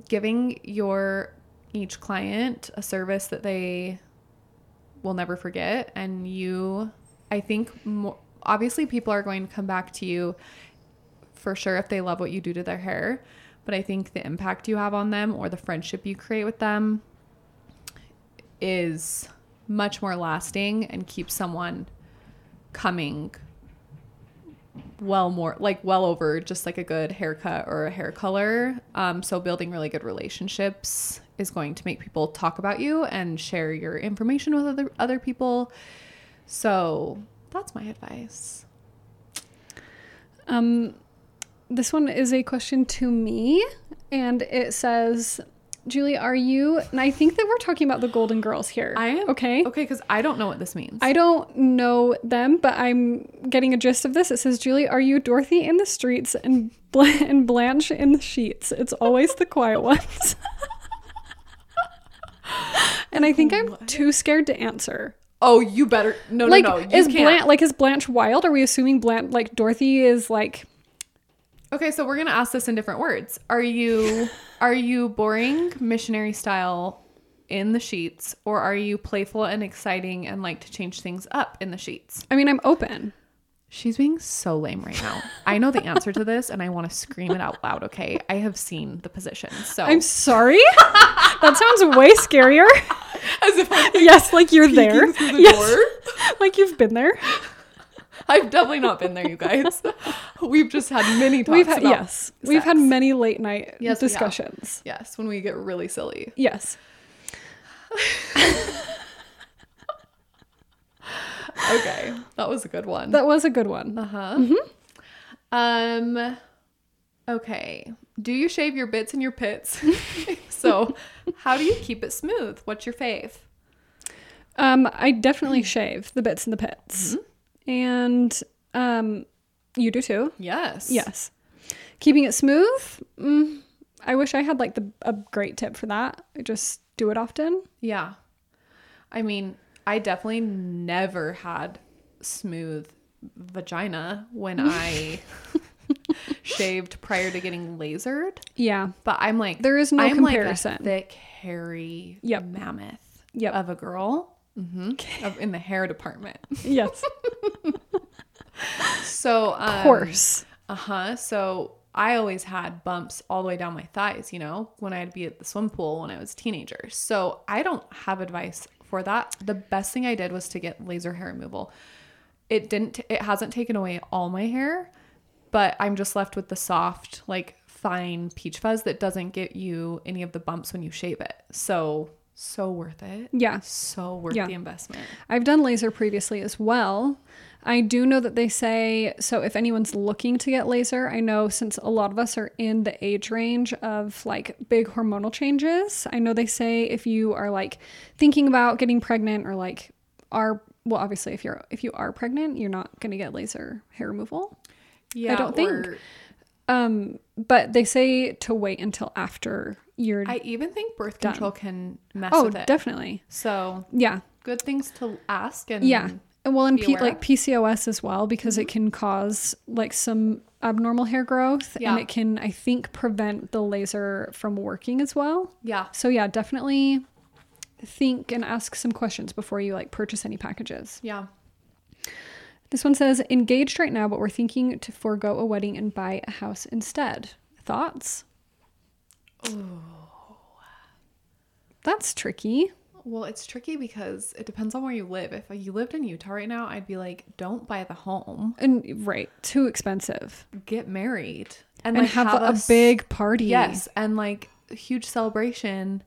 giving your each client a service that they will never forget and you I think more, obviously people are going to come back to you for sure if they love what you do to their hair, but I think the impact you have on them or the friendship you create with them is much more lasting and keeps someone coming well more like well over just like a good haircut or a hair color um, so building really good relationships is going to make people talk about you and share your information with other other people so that's my advice
Um, this one is a question to me, and it says, "Julie, are you?" And I think that we're talking about the Golden Girls here.
I am-
okay.
okay because i don't know what this means
I don't know them, but I'm getting a gist of this. It says, "Julie, are you Dorothy in the streets and Bl- and Blanche in the sheets? It's always the quiet ones." and I think I'm too scared to answer.
oh you better no
like,
no no you
is
can't.
Blanche like is Blanche wild? Are we assuming Blanche like Dorothy is like?
okay so we're gonna ask this in different words are you are you boring missionary style in the sheets or are you playful and exciting and like to change things up in the sheets
I mean, I'm open.
She's being so lame right now. I know the answer to this and I want to scream it out loud, okay? I have seen the position. So
I'm sorry. that sounds way scarier.
as if I'm
yes, like you're there.
peeking through the
door. like you've been there.
I've definitely not been there, you guys. We've just had many talks
we've had
about
yes. We've had
sex.
many late night
Yes, we have.
discussions.
Yes, when we get really silly.
Yes.
Okay. That Mm-hmm. was a good one.
That was a good one.
Uh-huh. Um okay. Do you shave your bits and your pits? so, how do you keep it smooth? What's your fave?
Um, I definitely
Hmm.
shave the bits and the pits.
Mm-hmm.
And um, you do too.
Yes.
Yes. Keeping it smooth. Mm, I wish I had like the a great tip for that. I just do it often.
Yeah. I mean, I definitely never had smooth vagina when I shaved prior to getting lasered,
Yeah.
but I'm like
There is no
I'm
comparison.
Like a thick, hairy
Yep.
mammoth
Yep.
of a girl. Mm-hmm. in the hair department.
Yes.
So, um,
Of course.
Uh huh. So I always had bumps all the way down my thighs, you know, when I'd be at the swim pool when I was a teenager. So I don't have advice for that. The best thing I did was to get laser hair removal. It didn't, it hasn't taken away all my hair, but I'm just left with the soft, like fine peach fuzz that doesn't get you any of the bumps when you shave it. So, so worth it.
Yeah.
So worth
Yeah.
the investment.
I've done laser previously as well. I do know that they say so if anyone's looking to get laser, I know since a lot of us are in the age range of like big hormonal changes, I know they say if you are like thinking about getting pregnant or like are well obviously if you're if you are pregnant, you're not going to get laser hair removal.
Yeah.
don't think
or-
Um but they say to wait until after you're
I even think birth control can mess
Oh,
with it.
definitely.
So
Yeah.
good things to ask and
Yeah. And well, and
be
P-
aware Mm-hmm.
like
of.
PCOS as well, because it can cause like some abnormal hair growth
Yeah.
and it can, I think, prevent the laser from working as well.
yeah
So, yeah, definitely think and ask some questions before you like purchase any packages.
yeah
This one says engaged right now, but we're thinking to forego a wedding and buy a house instead. Thoughts? That's tricky.
well it's tricky because it depends on where you live if you lived in utah right now i'd be like don't buy the home
And right, too expensive.
get married and,
And,
like,
have, a,
s-
big party.
yes and like a huge celebration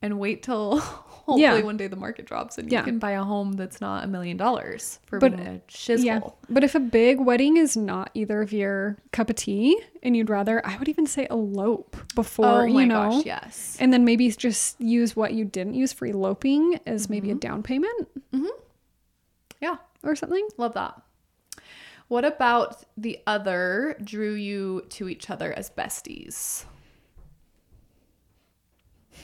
and wait till hopefully
Yeah.
one day the market drops and
Yeah.
you can buy a home that's not a million dollars for
But-
being a shizzle
But if a big wedding is not either of your cup of tea and you'd rather, I would even say elope before,
oh my
you know.
gosh yes
And then maybe just use what you didn't use for eloping as
Mm-hmm.
maybe a down payment
yeah
or something.
Love that. What about the other drew you to each other as besties?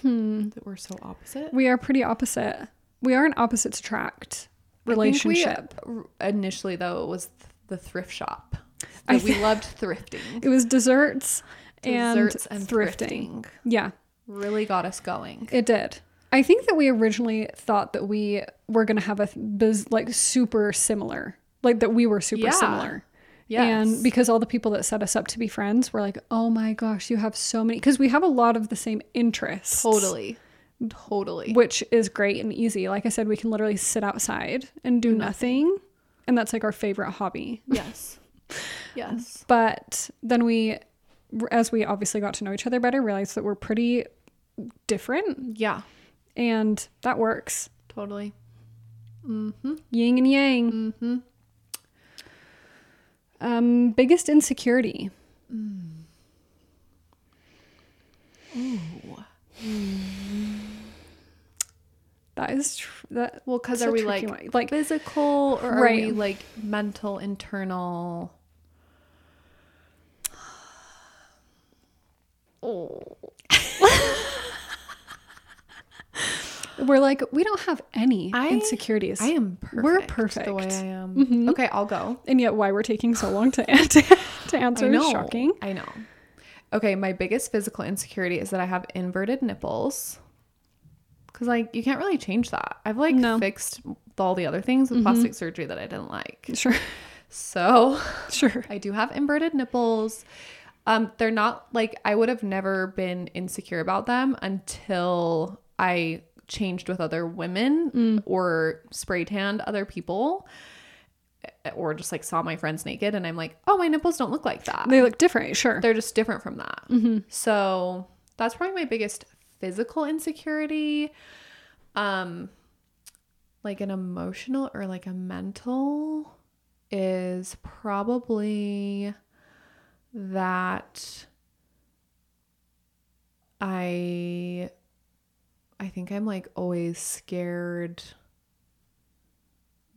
Hmm. That we're so opposite.
We are pretty opposite. We are an opposites attract relationship.
I think we- uh, initially, though, it was th- the thrift shop.
I
That we loved thrifting.
It was desserts,
Desserts
and,
and
thrifting.
thrifting
Yeah,
really got us going.
it did. I think that we originally thought that we were going to have a th- biz- like super similar, like that we were super
Yeah.
similar.
Yes.
And because all the people that set us up to be friends were like, oh my gosh, you have so many. Because we have a lot of the same interests.
totally. Totally.
Which is great and easy. Like I said, we can literally sit outside and do nothing. And that's like our favorite hobby.
Yes. Yes.
But then we, as we obviously got to know each other better, realized that we're pretty different.
Yeah.
And that works.
Totally.
Yin and yang. Mm-hmm. Um, biggest insecurity.
Mm.
That is tr- that.
Well, because
It's a
are we
tricky
like
one. Like-
physical or
Right.
are we like mental, internal? Oh,
We're like we don't have any
I-
insecurities,
I am perfect.
We're
the way
perfect. Mm-hmm.
I am. Okay, I'll go.
and yet why we're taking so long to an- to, to answer
I know.
is shocking.
I know. Okay, my biggest physical insecurity is that I have inverted nipples. Cause like you can't really change that. I've like
No. Mm-hmm.
fixed all the other things with plastic surgery that I didn't like.
Sure,
So
sure.
I do have inverted nipples. Um, they're not like I would have never been insecure about them until I changed with other women or spray tanned other people or just like saw my friends naked and I'm like, oh, my nipples don't look like that.
They look different. Sure.
They're just different from that. So that's probably my biggest physical insecurity. Um, like an emotional or like a mental is probably that I I think I'm like always scared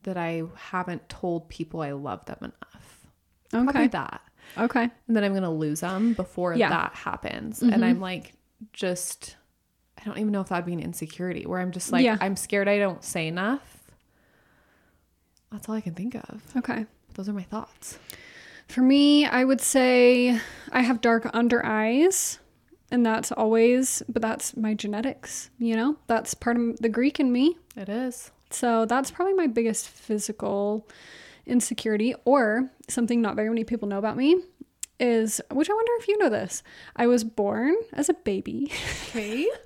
that I haven't told people I love them enough. Probably
Okay.
that.
Okay.
And then I'm going to lose them before
Yeah. Mm-hmm.
that happens. And I'm like just I don't even know if that'd be an insecurity where I'm just like
Yeah.
I'm scared I don't say enough. That's all I can think of.
Okay.
Those are my thoughts.
For me, I would say I have dark under eyes, and that's always, but that's my genetics, you know? That's part of the Greek in me.
It is.
So that's probably my biggest physical insecurity, or something not very many people know about me is, which I wonder if you know this. I was born as a baby.
Okay.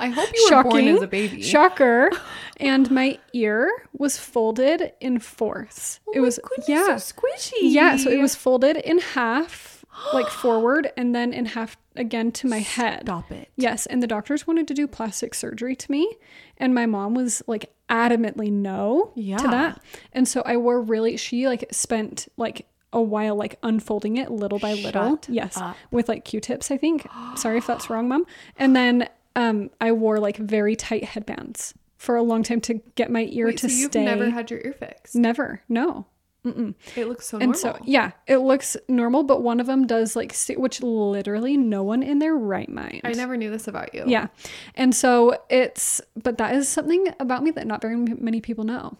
I hope you were born
Shocking.
as a baby.
Shocker. And my ear was folded in fourths. it was, yeah.
squishy.
Yeah, so it was folded in half, like forward, and then in half again to my head.
Stop it.
Yes, and the doctors wanted to do plastic surgery to me, and my mom was like adamantly no
Yeah.
to that. And so I wore really she like spent like a while like unfolding it little by little.
Shut
Yes,
up.
with like Q-tips, I think. Sorry if that's wrong, mom. And then um I wore like very tight headbands for a long time to get my ear
Wait,
to
so you've
stay.
never had your ear fixed.
never. No.
It looks so
And
normal.
so, yeah, it looks normal, but one of them does like, sti- which literally no one in their right mind.
I never knew this about you.
Yeah. And so it's, but that is something about me that not very m- many people know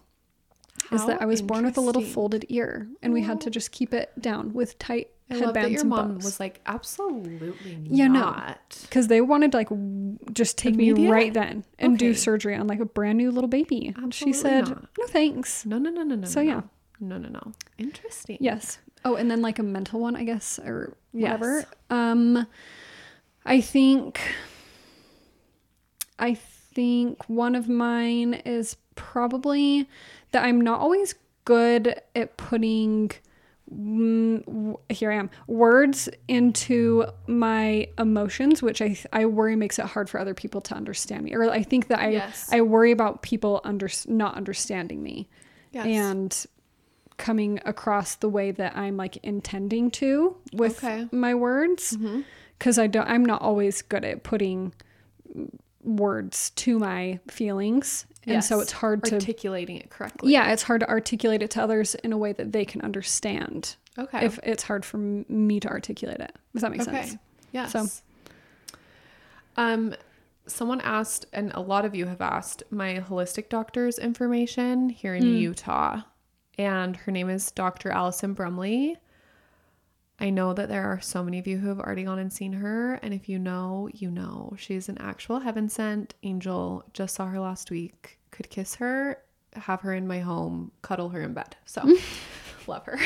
is that
How
I was born with a little
interesting.
folded ear and we had to just keep it down with tight
I love that
headbands
your
and
mom
bows.
was like, absolutely
Yeah, no.
not.
because they wanted to like w- just take me
Immediate?
right then and do
Okay.
surgery on like a brand new little baby. she
Absolutely
said,
not.
no thanks.
No, no, no, no, no.
So,
no,
yeah.
No, no, no. Interesting.
Yes. Oh, and then like a mental one, I guess, or whatever.
Yes.
Um I think I think one of mine is probably that I'm not always good at putting mm, w- here I am words into my emotions, which I I worry makes it hard for other people to understand me, or I think that I
Yes.
I worry about people under not understanding me
Yes.
and coming across the way that I'm like intending to with
Okay. Mm-hmm.
my words because I don't I'm not always good at putting words to my feelings and so
Yes.
it's hard to
Articulating it correctly.
yeah it's hard to articulate it to others in a way that they can understand
Okay.
if it's hard for m- me to articulate it does that make sense
Yes.
So-
um, someone asked, and a lot of you have asked, my holistic doctor's information here in Utah, and her name is Dr. Allison Brumley. I know that there are so many of you who have already gone and seen her, and if you know, you know. She's an actual heaven sent angel. Just saw her last week. Could kiss her, have her in my home, cuddle her in bed. So, love her.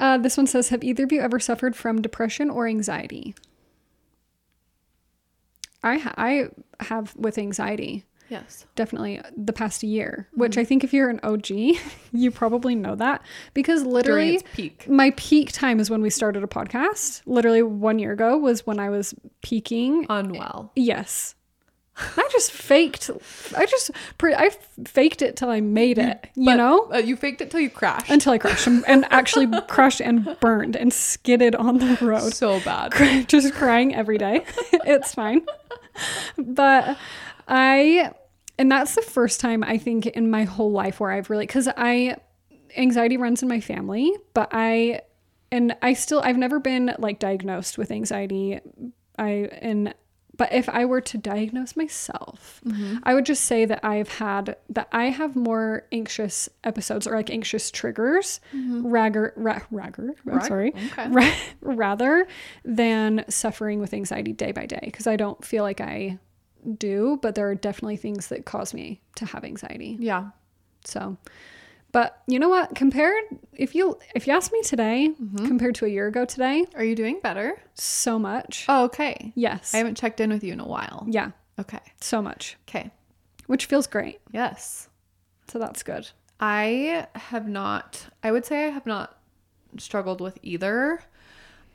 uh, this one says have either of you ever suffered from depression or anxiety I ha- I have with anxiety
Yes.
definitely the past year, which I think if you're an OG, you probably know that because
During
literally
its peak.
my peak time is when we started a podcast. Literally one year ago was when I was peaking.
Unwell.
Yes. I just faked, I just, pre- I faked it till I made it, you
But,
know?
uh, you faked it till you crashed.
Until I crashed Oh. and, and actually crashed and burned and skidded on the road.
so bad.
cry- just crying every day. it's fine. But I, and that's the first time I think in my whole life where I've really, because I, anxiety runs in my family, but I, and I still, I've never been like diagnosed with anxiety. I, and, but if I were to diagnose myself, I would just say that I've had, that I have more anxious episodes or like anxious triggers, ragger, ra- ragger, I'm
Right.
sorry,
Okay.
ra- rather than suffering with anxiety day by day because I don't feel like I do, but there are definitely things that cause me to have anxiety.
Yeah.
So, but you know what? Compared, if you if you ask me today,
Mm-hmm.
compared to a year ago today,
Are you doing better?
so much.
Oh, okay.
yes.
I haven't checked in with you in a while.
yeah,
Okay.
so much,
Okay.
which feels great.
Yes.
So that's good.
I have not, I would say I have not struggled with either.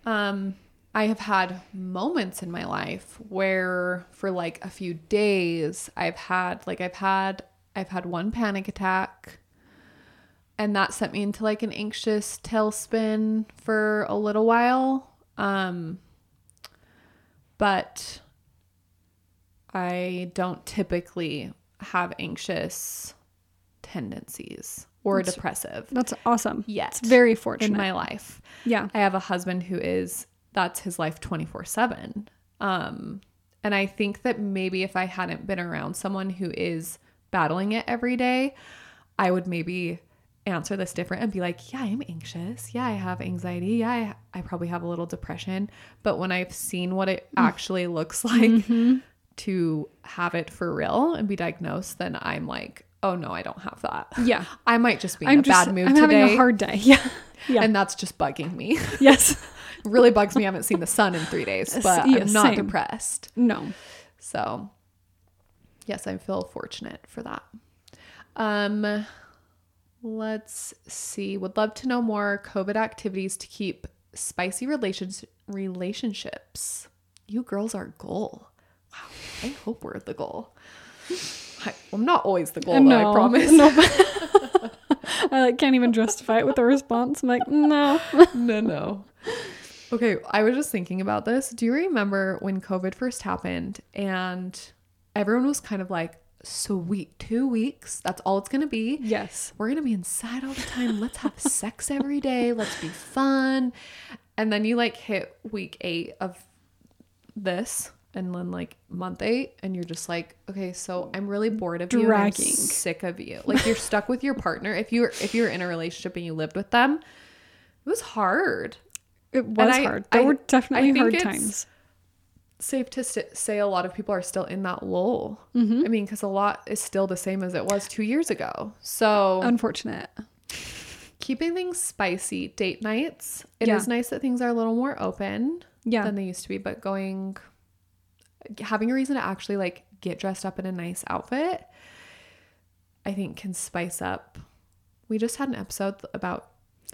Um, I have had moments in my life where for like a few days I've had like I've had I've had one panic attack and that sent me into like an anxious tailspin for a little while. Um but I don't typically have anxious tendencies or depressive
That's awesome.
Yet.
It's very
in
fortunate.
my life.
yeah.
I have a husband who is that's his life 24/7. Um and I think that maybe if I hadn't been around someone who is battling it every day, I would maybe answer this different and be like, "Yeah, I'm anxious. Yeah, I have anxiety. Yeah, I, I probably have a little depression." But when I've seen what it
Mm-hmm.
actually looks like to have it for real and be diagnosed, then I'm like, "Oh no, I don't have that."
Yeah.
I might just be in a
I'm just
bad mood
I'm
today.
having a hard day. Yeah. Yeah.
And that's just bugging me.
yes.
really bugs me. I haven't seen the sun in three days, but
yeah,
I'm not
same.
depressed.
No.
So, yes, I feel fortunate for that. Um, let's see. Would love to know more COVID activities to keep spicy relations relationships. You girls are goal. Wow, I hope we're the goal. I, I'm not always the goal, though,
no.
I promise.
No. I like can't even justify it with a response. I'm like, no.
no, no. Okay, I was just thinking about this. Do you remember when COVID first happened and everyone was kind of like, sweet, two weeks, that's all it's gonna be.
Yes.
We're gonna be inside all the time. Let's have sex every day. Let's be fun. And then you like hit week eight of this and then like month eight and you're just like okay so i'm really bored of you and I'm
Dragging.
sick of you like you're stuck with your partner if you're if you're in a relationship and you lived with them it was hard
It was
I-
hard. There
I-
were
I
definitely
think
hard
it's-
times.
safe to st- say a lot of people are still in that lull.
Mm-hmm.
I mean, because a lot is still the same as it was two years ago.
Oh,
So
Unfortunate.
keeping things spicy, date nights. It is
Yeah.
nice that things are a little more open
Yeah.
than they used to be, but going, having a reason to actually like get dressed up in a nice outfit, I think can spice up. We just had an episode about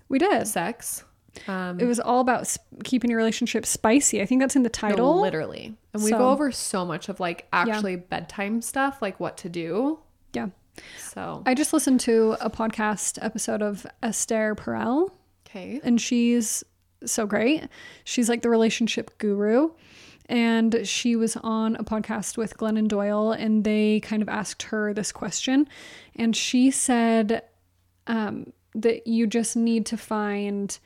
We did.
sex. Um,
It was all about sp- keeping your relationship spicy. I think that's in the
No,
title.
literally. And we
So-
go over so much of like actually bedtime stuff, like what to do.
yeah.
So,
I just listened to a podcast episode of Esther Perel,
okay.
and she's so great. She's like the relationship guru. And she was on a podcast with Glennon Doyle, and they kind of asked her this question. And she said um, that you just need to find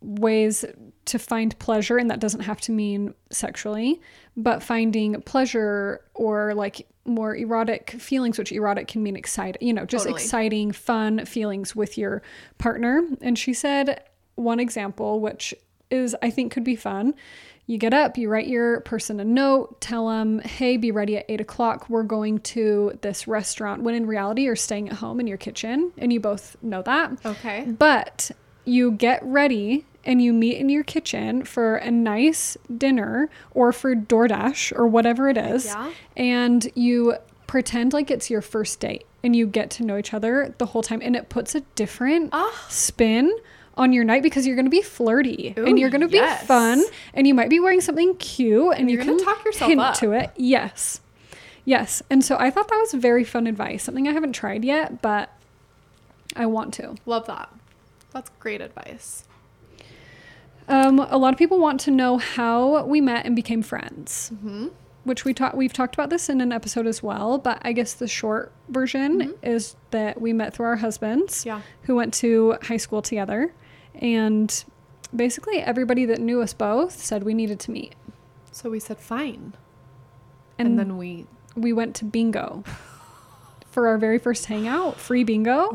ways to find pleasure, and that doesn't have to mean sexually, but finding pleasure or like more erotic feelings, which erotic can mean exciting, you know, just
Totally.
exciting, fun feelings with your partner. And she said one example, which is I think could be fun. You get up, you write your person a note, tell them, hey, be ready at eight o'clock. We're going to this restaurant. When in reality, you're staying at home in your kitchen, and you both know that. Mm.
Okay.
But you get ready and you meet in your kitchen for a nice dinner or for DoorDash or whatever it is.
Yeah.
And you pretend like it's your first date and you get to know each other the whole time. And it puts a different
Ah.
spin on your night because you're going to be flirty
Ooh,
and you're going to
yes.
be fun and you might be wearing something cute and you
You're
can
gonna talk yourself
hint
up.
to it. Yes. Yes. And so I thought that was very fun advice, something I haven't tried yet, but I want to.
Love that. That's great advice.
Um, a lot of people want to know how we met and became friends, which we talked. We've talked about this in an episode as well, but I guess the short version is that we met through our husbands,
Yeah.
who went to high school together, and basically everybody that knew us both said we needed to meet,
So we said fine.
and,
And,
then
then we
we went to bingo for our very first hangout, free bingo,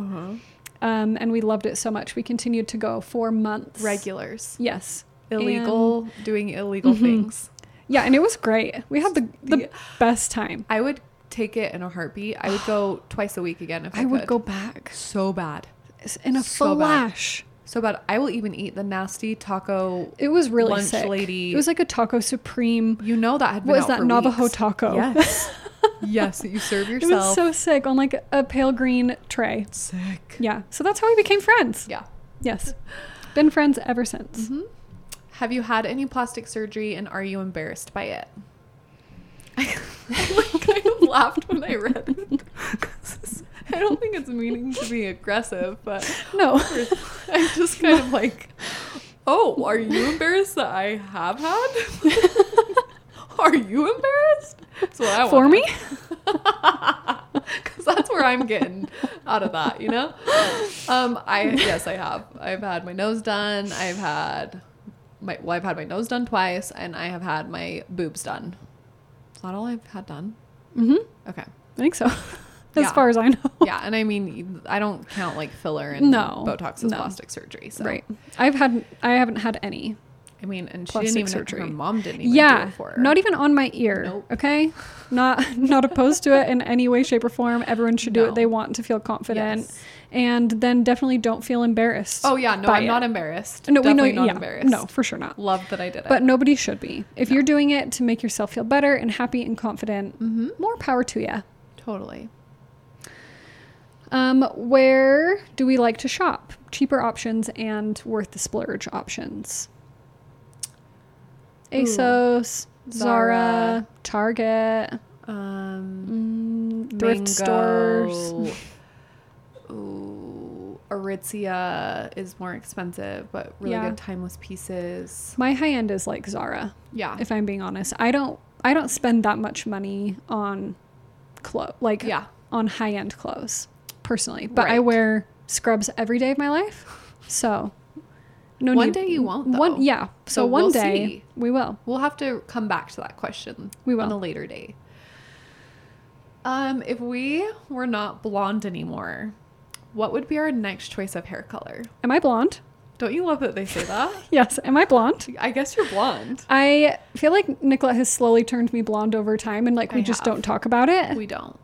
Oh.
um, and we loved it so much. We continued to go for months.
regulars.
Yes.
Illegal doing illegal
Mm-hmm.
things.
Yeah, and it was great. We had the the
Yeah.
best time.
I would take it in a heartbeat. I would go twice a week again if I,
I would
could.
go back
so bad.
s- in a
So bad.
flash.
So bad. I will even eat the nasty taco.
It was really
Lunch
sick.
lady.
It was like a taco supreme.
You know that had been
What is
out
that
for
Navajo
weeks.
taco?
Yes. yes, that you serve
It was
yourself.
so sick on like a pale green tray.
sick.
Yeah, so that's how we became friends.
Yeah. Mm-hmm.
Yes, been friends ever since.
Have you had any plastic surgery and are you embarrassed by it? I like, kind of laughed when I read it. 'Cause it's- I don't think it's meaning to be aggressive, but
No,
I'm just kind of like, oh, are you embarrassed that I have had? Are you embarrassed? That's what I want.
For me?
Because that's where I'm getting out of that, you know? Um, I yes, I have. I've had my nose done. I've had my well, I've had my nose done twice, and I have had my boobs done. Is that all I've had done?
Mm-hmm.
Okay.
I think so. as
Yeah.
far as I know.
Yeah, and I mean, I don't count like filler and
No,
Botox as
no.
plastic surgery. So
Right. I've had I haven't had any.
I mean, and she
Plastic
didn't even.
surgery.
Her mom didn't even do
yeah.
it for her.
Not even on my ear.
Nope.
Okay? Not not opposed to it in any way shape or form. Everyone should do
No.
it. They want to feel confident.
Yes.
And then definitely don't feel embarrassed.
Oh yeah, no,
by
I'm
it.
not embarrassed.
No,
Definitely
we know
not
yeah,
embarrassed.
No, for sure not.
love that I did it.
But nobody should be. If you're doing it to make yourself feel better and happy and confident,
Mhm.
more power to you.
totally.
Um, where do we like to shop? Cheaper options and worth the splurge options.
Ooh.
ASOS, Zara,
Zara.
Target,
Um,
mm, thrift stores.
Mango. Ooh, Aritzia is more expensive, but really
Yeah.
good timeless pieces.
My high end is like Zara,
Yeah,
if I'm being honest. I don't I don't spend that much money on clothes like
yeah,
on high end clothes personally. But I
Right.
wear scrubs every day of my life. So no
One
need-
day you won't, though.
One yeah. So,
So
one
we'll
day
see.
we will.
we'll have to come back to that question.
We
on
will.
a later day. Um, if we were not blonde anymore, what would be our next choice of hair color?
Am I blonde?
Don't you love that they say that?
Yes. Am I blonde?
I guess you're blonde.
I feel like Nicolette has slowly turned me blonde over time, and like we
I
just
have.
don't talk about it.
We don't.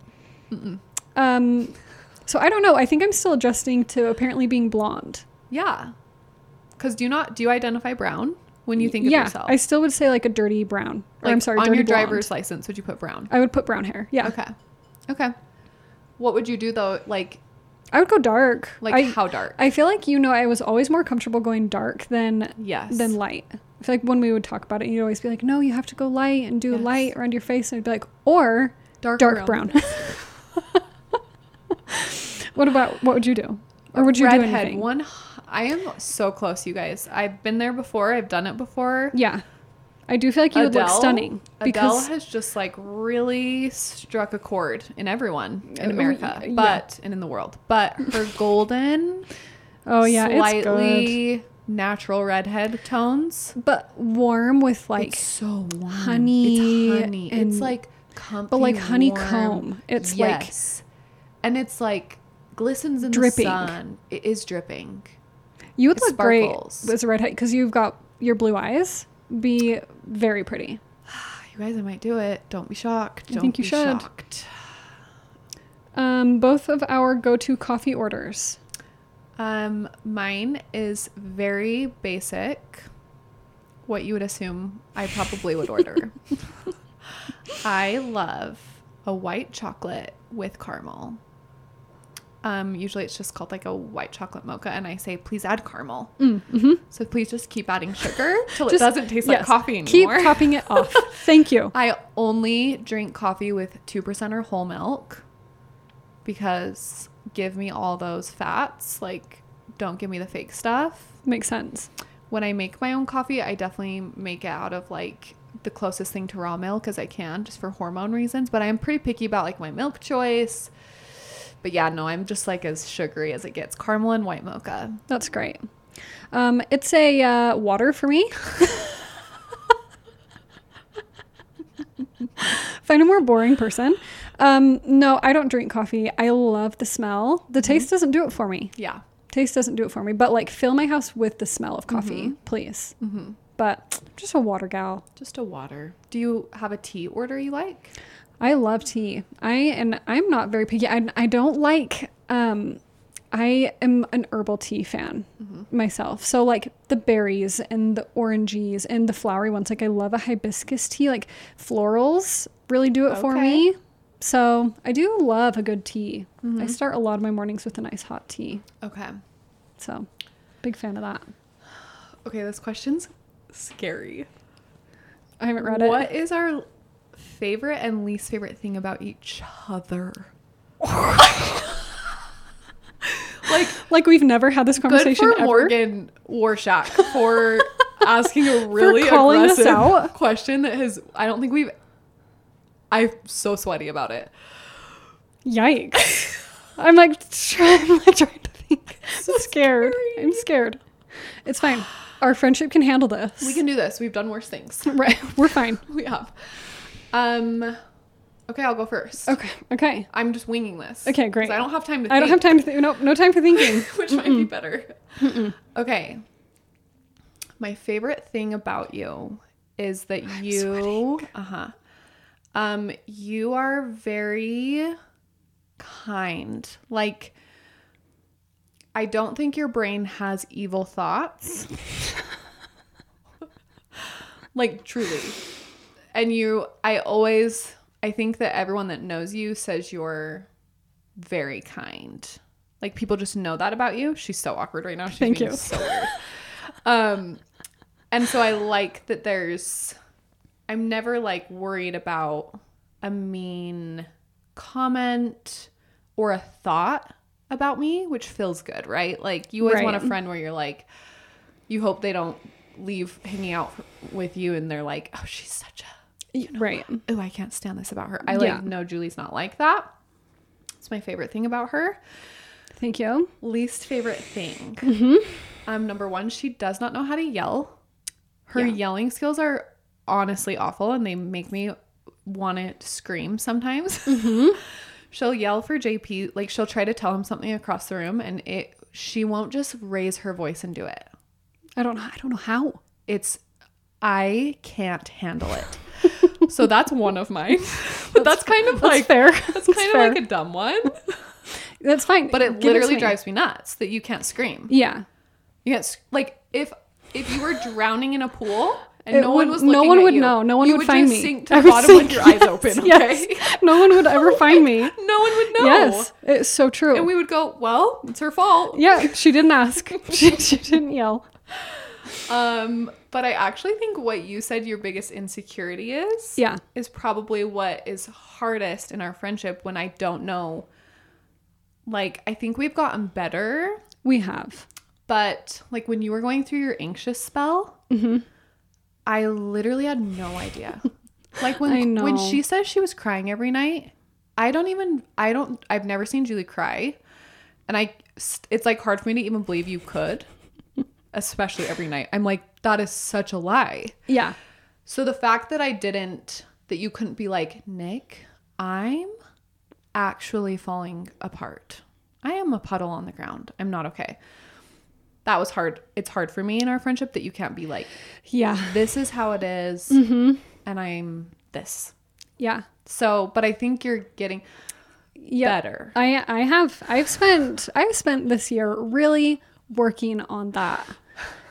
um, so I don't know. I think I'm still adjusting to apparently being blonde.
Yeah. Cause do you not do you identify brown when you think of
yeah,
yourself?
I still would say like a dirty brown. or I'm sorry,
on
dirty
your
blonde.
driver's license, would you put brown?
I would put brown hair. Yeah,
Okay. Okay. What would you do though? Like
I would go dark.
like
I,
how dark?
I feel like you know I was always more comfortable going dark than
yes.
than light. I feel like when we would talk about it, you'd always be like, "No, you have to go light and do
Yes.
light around your face," and I'd be like, "Or
dark,
dark brown." what about what would you do, or would you do
redhead
anything?
one I am so close, you guys. I've been there before, I've done it before.
Yeah, I do feel like you would look stunning
Adele
because
has just like really struck a chord in everyone in
Uh,
America,
yeah.
but and in the world. But her golden,
oh yeah, it's
slightly natural redhead tones.
good. but warm with like
It's so warm.
honey
It's honey. it's
and-
like comfy,
but like
warm.
honeycomb. It's like
Yes. and it's like glistens in
Dripping.
the sun. It is dripping.
you would
It
look
sparkles.
great as a redhead because you've got your blue eyes. Be very pretty.
Ah, You guys, I might do it. Don't be shocked.
I
Don't
think you
be
should.
shocked.
Um, both of our go-to coffee orders.
Um, mine is very basic. What you would assume I probably would order. I love a white chocolate with caramel. Um, usually it's just called like a white chocolate mocha, and I say, please add caramel. So please just keep adding sugar till it
Mm, mm-hmm. Just-
doesn't taste like
yes,
coffee anymore.
Keep topping it off. Thank you.
I only drink coffee with 2% or whole milk because give me all those fats. Like, don't give me the fake stuff.
Makes sense.
When I make my own coffee, I definitely make it out of like the closest thing to raw milk as I can just for hormone reasons. But I'm pretty picky about like my milk choice. But yeah, no, I'm just like as sugary as it gets caramel and white mocha.
That's great. Um, it's a uh, water for me. Find a more boring person. Um, no, I don't drink coffee. I love the smell.
Mm-hmm.
The taste doesn't do it for me.
Yeah.
Taste doesn't do it for me. But like, fill my house with the smell of coffee,
Mm-hmm.
please. But I'm just a water gal.
Just a water. Do you have a tea order you like?
I love tea. I and I'm not very picky. I, I don't like. Um, I am an herbal tea fan
Mm-hmm.
myself. So like the berries and the oranges and the flowery ones. Like I love a hibiscus tea. Like florals really do it for
Okay. Mm-hmm.
me. So I do love a good tea. I start a lot of my mornings with a nice hot tea.
Okay.
So big fan of that.
Okay, this question's scary.
I haven't read it.
What is our favorite and least favorite thing about each other? like
Like we've never had this
good
conversation
for
ever.
Morgan Warshak for asking a really
calling us
aggressive
out.
question that has I don't think we've I'm so sweaty about it.
Yikes. I'm like, try, I'm like trying to think.
So
I'm scared.
scary.
I'm scared. It's fine. Our friendship can handle this.
We can do this. We've done worse things.
Right. We're fine.
We have. Um okay, I'll go first.
Okay. Okay.
I'm just winging this.
Okay, great.
'Cause I don't have time to
I don't have time to think. No, no time for thinking.
which might be better. Okay. My favorite thing about you is that you uh-huh. Um you are very kind. Like I don't think your brain has evil thoughts. like truly. And you I always I think that everyone that knows you says you're very kind. Like people just know that about you. She's so awkward right now. She's
Thank
being
you.
so weird. Um and so I like that there's I'm never like worried about a mean comment or a thought about me, which feels good, right? Like you always want a
Right.
friend where you're like you hope they don't leave hanging out with you and they're like, "Oh, she's such a
right.
oh, I can't stand this about her. I like,
Yeah.
no, Julie's not like that. It's my favorite thing about her.
Thank you.
Least favorite thing.
Mm-hmm.
Um, number one, she does not know how to yell. Her
Yeah.
yelling skills are honestly awful and they make me want to scream sometimes.
Mm-hmm.
she'll yell for JP, like she'll try to tell him something across the room and it she won't just raise her voice and do it.
I don't know. I don't know how.
It's I can't handle it. so that's one of mine. But that's, kind of
That's
like
fair.
That's kind of like a dumb one,
a, that's fine.
but it
Give
literally
to me.
drives me nuts that you can't scream.
Yeah.
You can't sc- like if if you were drowning in a pool and
It
no one
would-
was
no
looking
one
at
would
you,
know. No one
you
would find
just
me.
Sink to
I
the
would
bottom with
sink.
your eyes open. Okay,
Yes. No one would ever find me.
no one would know.
Yes. It's so true.
and we would go, well, it's her fault.
yeah. She didn't ask. she, she didn't yell.
Um, but I actually think what you said your biggest insecurity is,
Yeah.
is probably what is hardest in our friendship when I don't know. Like I think we've gotten better
We have.
But like when you were going through your anxious spell,
Mm-hmm.
I literally had no idea. like when
I know.
when she says she was crying every night, I don't even I don't I've never seen Julie cry, and I it's like hard for me to even believe you could, especially every night. I'm like that is such a lie.
Yeah.
So the fact that I didn't that you couldn't be like Nick, I'm actually falling apart. I am a puddle on the ground. I'm not okay. That was hard. It's hard for me in our friendship that you can't be like,
Yeah.
this is how it is, and I'm this.
Yeah.
So, but I think you're getting
Yeah.
better.
I I have I've spent I've spent this year really working on that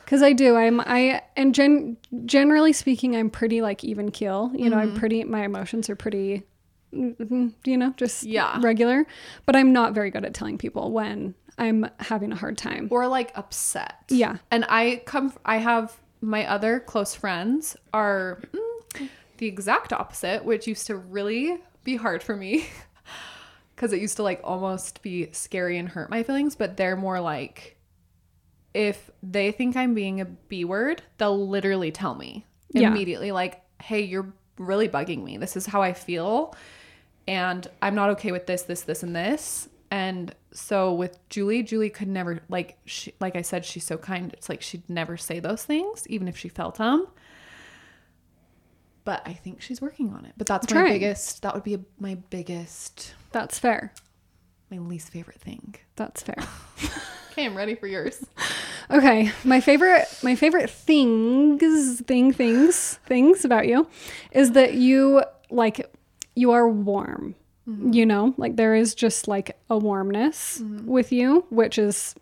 because I do I'm I and gen generally speaking I'm pretty like even keel you know I'm pretty my emotions are pretty mm, you know just
Yeah.
regular but I'm not very good at telling people when I'm having a hard time
or like upset.
Yeah.
And I come, f- I have my other close friends are mm, the exact opposite, which used to really be hard for me because it used to like almost be scary and hurt my feelings, but they're more like, if they think I'm being a B word, they'll literally tell me
Yeah.
immediately, like, hey, you're really bugging me. This is how I feel. And I'm not okay with this, this, this, and this. And so with Julie, Julie could never, like, she, like I said, she's so kind. It's like she'd never say those things, even if she felt them. But I think she's working on it. But that's my
Trying.
biggest, that would be my biggest,
that's fair
my least favorite thing.
that's fair
Okay, I'm ready for yours.
Okay, my favorite my favorite things thing things things about you is that you like you are warm. You know, like there is just like a warmness with you which is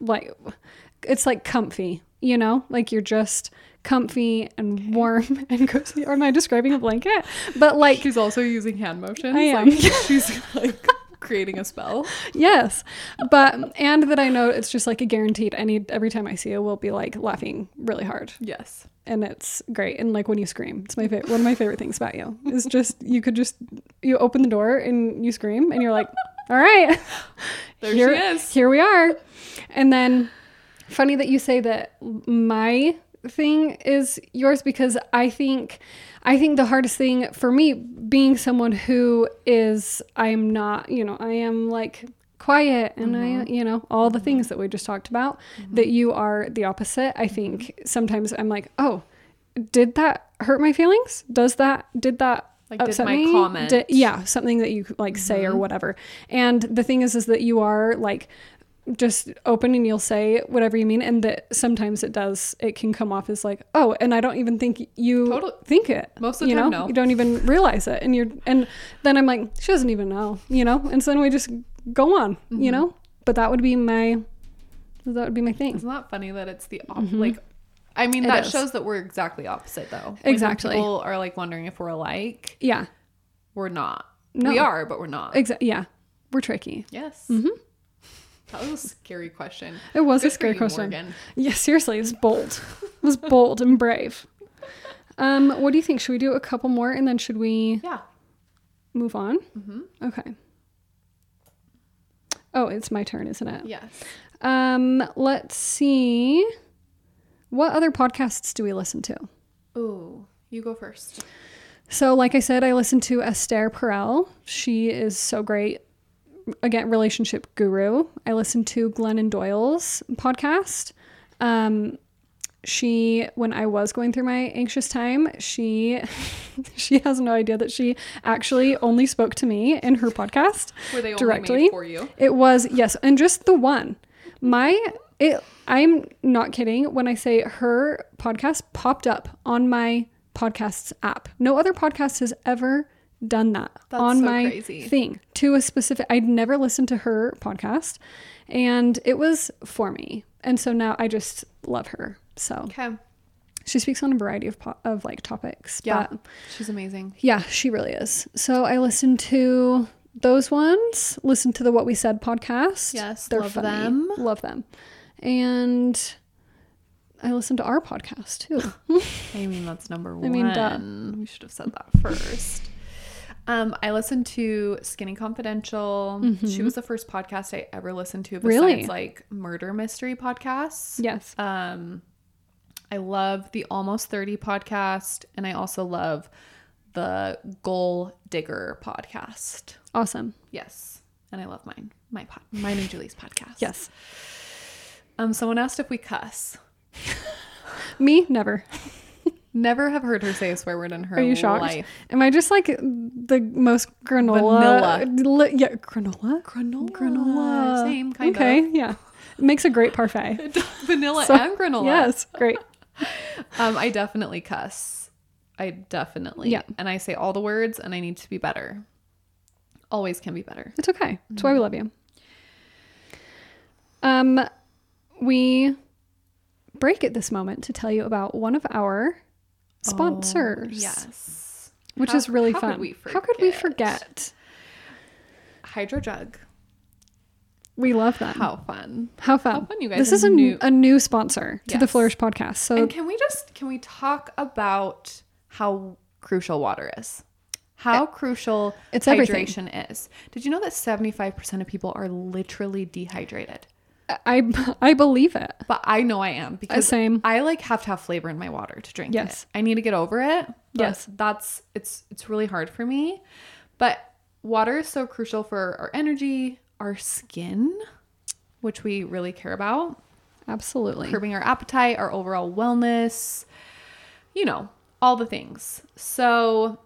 like it's like comfy, you know? Like you're just comfy and warm and cozy. Or am I describing a blanket? But like
She's also using hand motions.
I am.
Like, she's like creating a spell.
yes but and that i know it's just like a guaranteed any every time i see you we'll be like laughing really hard
Yes.
and it's great. And like when you scream, it's my favorite. One of my favorite things about you is just you could just you open the door and you scream, and you're like, all right,
There
here,
she is.
here we are. And then, funny that you say that my thing is yours because I think I think the hardest thing for me being someone who is I'm not, you know, I am like quiet and I
Mm-hmm.
you know, all the things that we just talked about that you are the opposite. I
Mm-hmm.
think sometimes I'm like, "Oh, did that hurt my feelings? Does that did that
Like, did
upset
my
me?
comment- Mm-hmm.
Did- yeah, something that you like say or whatever. And the thing is, is that you are like just open and you'll say whatever you mean, and that sometimes it does. It can come off as like, oh, and I don't even think you
Totally.
think it.
Most of the
you
time,
know?
no.
you don't even realize it, and you're and then I'm like, she doesn't even know, you know. And so then we just go on, you know. But that would be my that would be my thing.
Isn't that funny that it's the op- like? I mean,
It
that
is.
shows that we're exactly opposite, though. Like, when
Exactly.
people are like wondering if we're alike.
Yeah,
We're not.
No.
We are, but we're not.
exactly. Yeah, we're tricky.
yes. That was a scary question.
It was a
Good for
scary
you,
question.
Morgan.
Yeah, seriously, it's bold. it was bold and brave. Um, what do you think? Should we do a couple more and then should we
Yeah.
move on? Mm-hmm. Okay. Oh, it's my turn, isn't it?
Yes.
Um, let's see. What other podcasts do we listen to?
Ooh, you go first.
So, like I said, I listen to Esther Perel. She is so great. Again, relationship guru. I listen to Glennon Doyle's podcast. Um, she, when I was going through my anxious time, she, she has no idea that she actually only spoke to me in her podcast.
Were they only
Directly?
made for you?
It was yes, and just the one. My it I'm not kidding when I say her podcast popped up on my podcasts app. No other podcast has ever done that
That's
on
so
my
crazy.
thing to a specific I'd never listened to her podcast and it was for me. And so now I just love her. So
Okay.
she speaks on a variety of po- of like topics.
Yeah.
But
She's amazing.
yeah, she really is. So I listened to those ones, listened to the What We Said podcast.
Yes, love them.
Love them. And I listened to our podcast too.
I mean, that's number one.
I mean, duh.
We should have said that first. Um, I listened to Skinny Confidential. She was the first podcast I ever listened to besides
Mm-hmm. Really?
like murder mystery podcasts.
yes.
Um, I love the Almost 30 podcast and I also love the Goal Digger podcast.
Awesome.
Yes. And I love mine. My pod, mine and Julie's podcast.
Yes.
Um, someone asked if we cuss.
Me? Never.
Never have heard her say a swear word in her
Are you shocked?
life.
Am I just like the most granola? Vanilla. Yeah, granola?
Granola.
Granola.
Same kind
okay,
of.
yeah. It makes a great parfait.
Vanilla
So-
and granola.
Yes, great.
Um, I definitely cuss. I definitely.
Yeah.
And I say all the words and I need to be better. Always can be better.
It's okay. That's
Mm.
why we love you. Um, we break at this moment to tell you about one of our sponsors,
Oh, Yes.
which
How-
is really
how could
fun.
we
how could we
forget?
forget?
Hydro Jug.
We love them.
How fun.
How fun!
how fun, you guys.
This
A
is a
new-
new a new sponsor to the
Yes.
Flourish podcast. So
And can we just can we talk about how crucial water is? How crucial
It's everything.
hydration is. Did you know that 75% of people are literally dehydrated?
I I believe it.
But I know I am because
Uh, same.
I like have to have flavor in my water to drink.
Yes.
it. I need to get over it. but
Yes.
that's it's it's really hard for me. But water is so crucial for our energy, our skin, which we really care about,
Absolutely.
curbing our appetite, our overall wellness, you know, all the things. So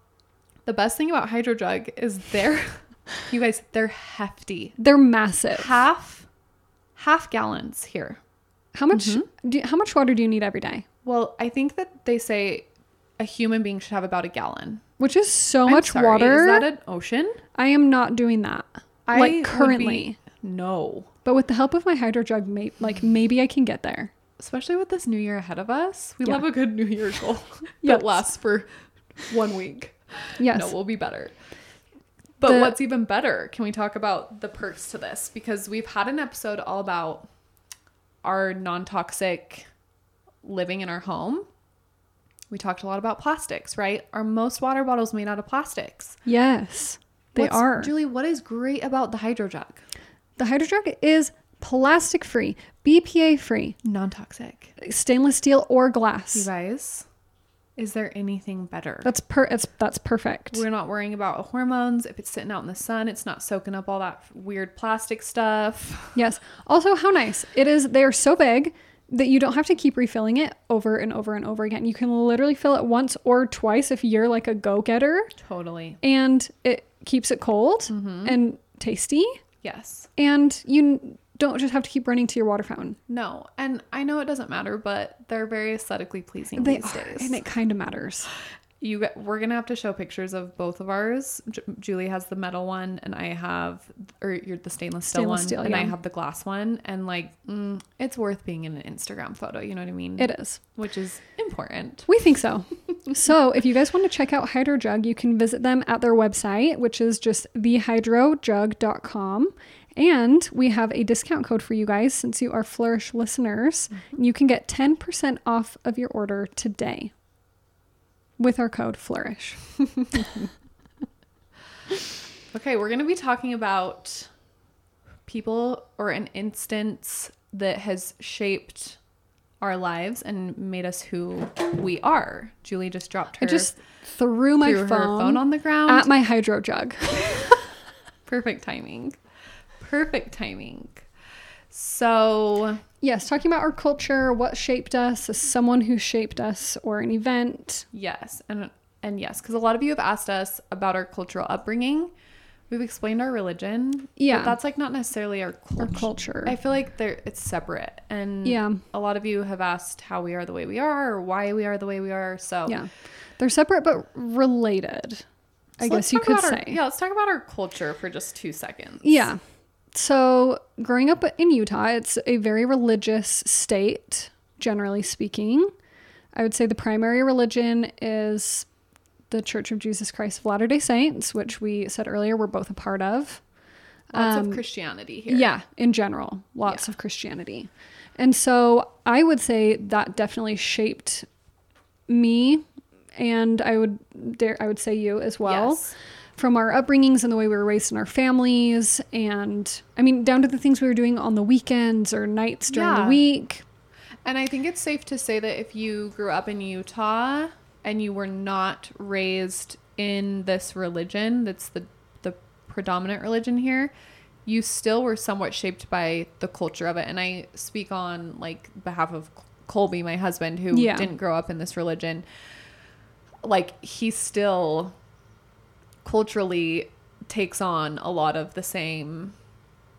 the best thing about Hydro Drug is they're you guys, they're hefty.
They're massive. How,
Half half gallons here.
much
Mm-hmm.
do, how much water do you need every day?
Well, I think that they say a human being should have about a gallon.
Which is so
I'm
much
sorry,
water.
Is that an ocean?
I am not doing that.
would be-
like currently.
no.
But with the help of my hydro drug, may- like maybe I can get there.
Especially with this new year ahead of us, we
Yeah.
love a good new year goal
Yes.
that lasts for one week.
Yes.
No, we'll be better. But
The-
what's even better? Can we talk about the perks to this? Because we've had an episode all about our non toxic living in our home. We talked a lot about plastics, right? Are most water bottles made out of plastics?
yes, they
What's-
are.
Julie, what is great about the hydro jug?
the hydro drug is plastic free, BPA free,
Non toxic.
stainless steel or
You
glass.
guys, is there anything better?
That's per it's, that's perfect.
We're not worrying about hormones. If it's sitting out in the sun, it's not soaking up all that weird plastic stuff.
Yes. Also, how nice it is. They are so big that you don't have to keep refilling it over and over and over again. You can literally fill it once or twice if you're like a go getter,
Totally.
and it keeps it cold
Mm-hmm.
and tasty.
Yes.
And you n- don't just have to keep running to your water fountain.
No. And I know it doesn't matter, but they're very aesthetically pleasing
They
these
are,
days.
and it kind of matters.
you get, we're gonna have to show pictures of both of ours. Ju- Julie has the metal one, and I have, or you're the stainless steel
Stainless
one,
steel,
and I
yeah.
have the glass one. And like, mm, it's worth being in an Instagram photo. You know what I mean?
It is.
Which is important.
We think so. so, if you guys want to check out Hydrojug, you can visit them at their website, which is just thehydrojug.com. And we have a discount code for you guys since you are Flourish listeners.
Mm-hmm.
You can get 10% off of your order today with our code Flourish.
Okay, we're gonna be talking about people or an instance that has shaped our lives and made us who we are. Julie just dropped her
I just threw my
threw her
phone,
phone on the ground.
at my hydro jug.
Perfect timing. Perfect timing. So,
yes, talking about our culture, what shaped us, someone who shaped us, or an event.
yes, and and yes, cuz a lot of you have asked us about our cultural upbringing. We've explained our religion.
Yeah.
But that's like not necessarily our
Or
culture.
culture.
I feel like they're it's separate. And
Yeah.
a lot of you have asked how we are the way we are or why we are the way we are. So,
Yeah. They're separate but related. I
So let's
guess you
talk
could
about
say.
our- yeah, let's talk about our culture for just 2 seconds.
Yeah. So, growing up in Utah, it's a very religious state, generally speaking. I would say the primary religion is the Church of Jesus Christ of Latter day Saints, which we said earlier we're both a part of.
Lots of Christianity here.
Um, Yeah, in general, lots of Christianity. And so I would say that definitely shaped me and I would dare I would say you as well.
Yes.
From our upbringings and the way we were raised in our families and I mean down to the things we were doing on the weekends or nights during
Yeah.
the week.
And I think it's safe to say that if you grew up in Utah and you were not raised in this religion, that's the the predominant religion here, you still were somewhat shaped by the culture of it. And I speak on like behalf of Colby, my husband, who
Yeah.
didn't grow up in this religion. Like he still culturally takes on a lot of the same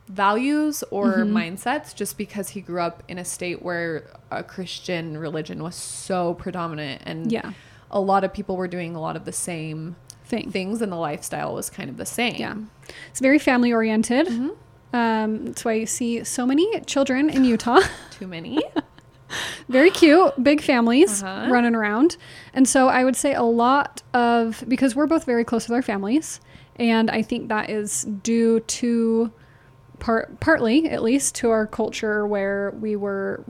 values or
Mm-hmm.
mindsets just because he grew up in a state where a Christian religion was so predominant and
Yeah.
a lot of people were doing a lot of the same
Thing.
things and the lifestyle was kind of the same.
Yeah. It's very family oriented. Um, that's why you see so many children in Utah.
Too many.
very cute, big families
Uh-huh.
running around. And so I would say a lot of because we're both very close with our families, and I think that is due to part partly at least to our culture where we were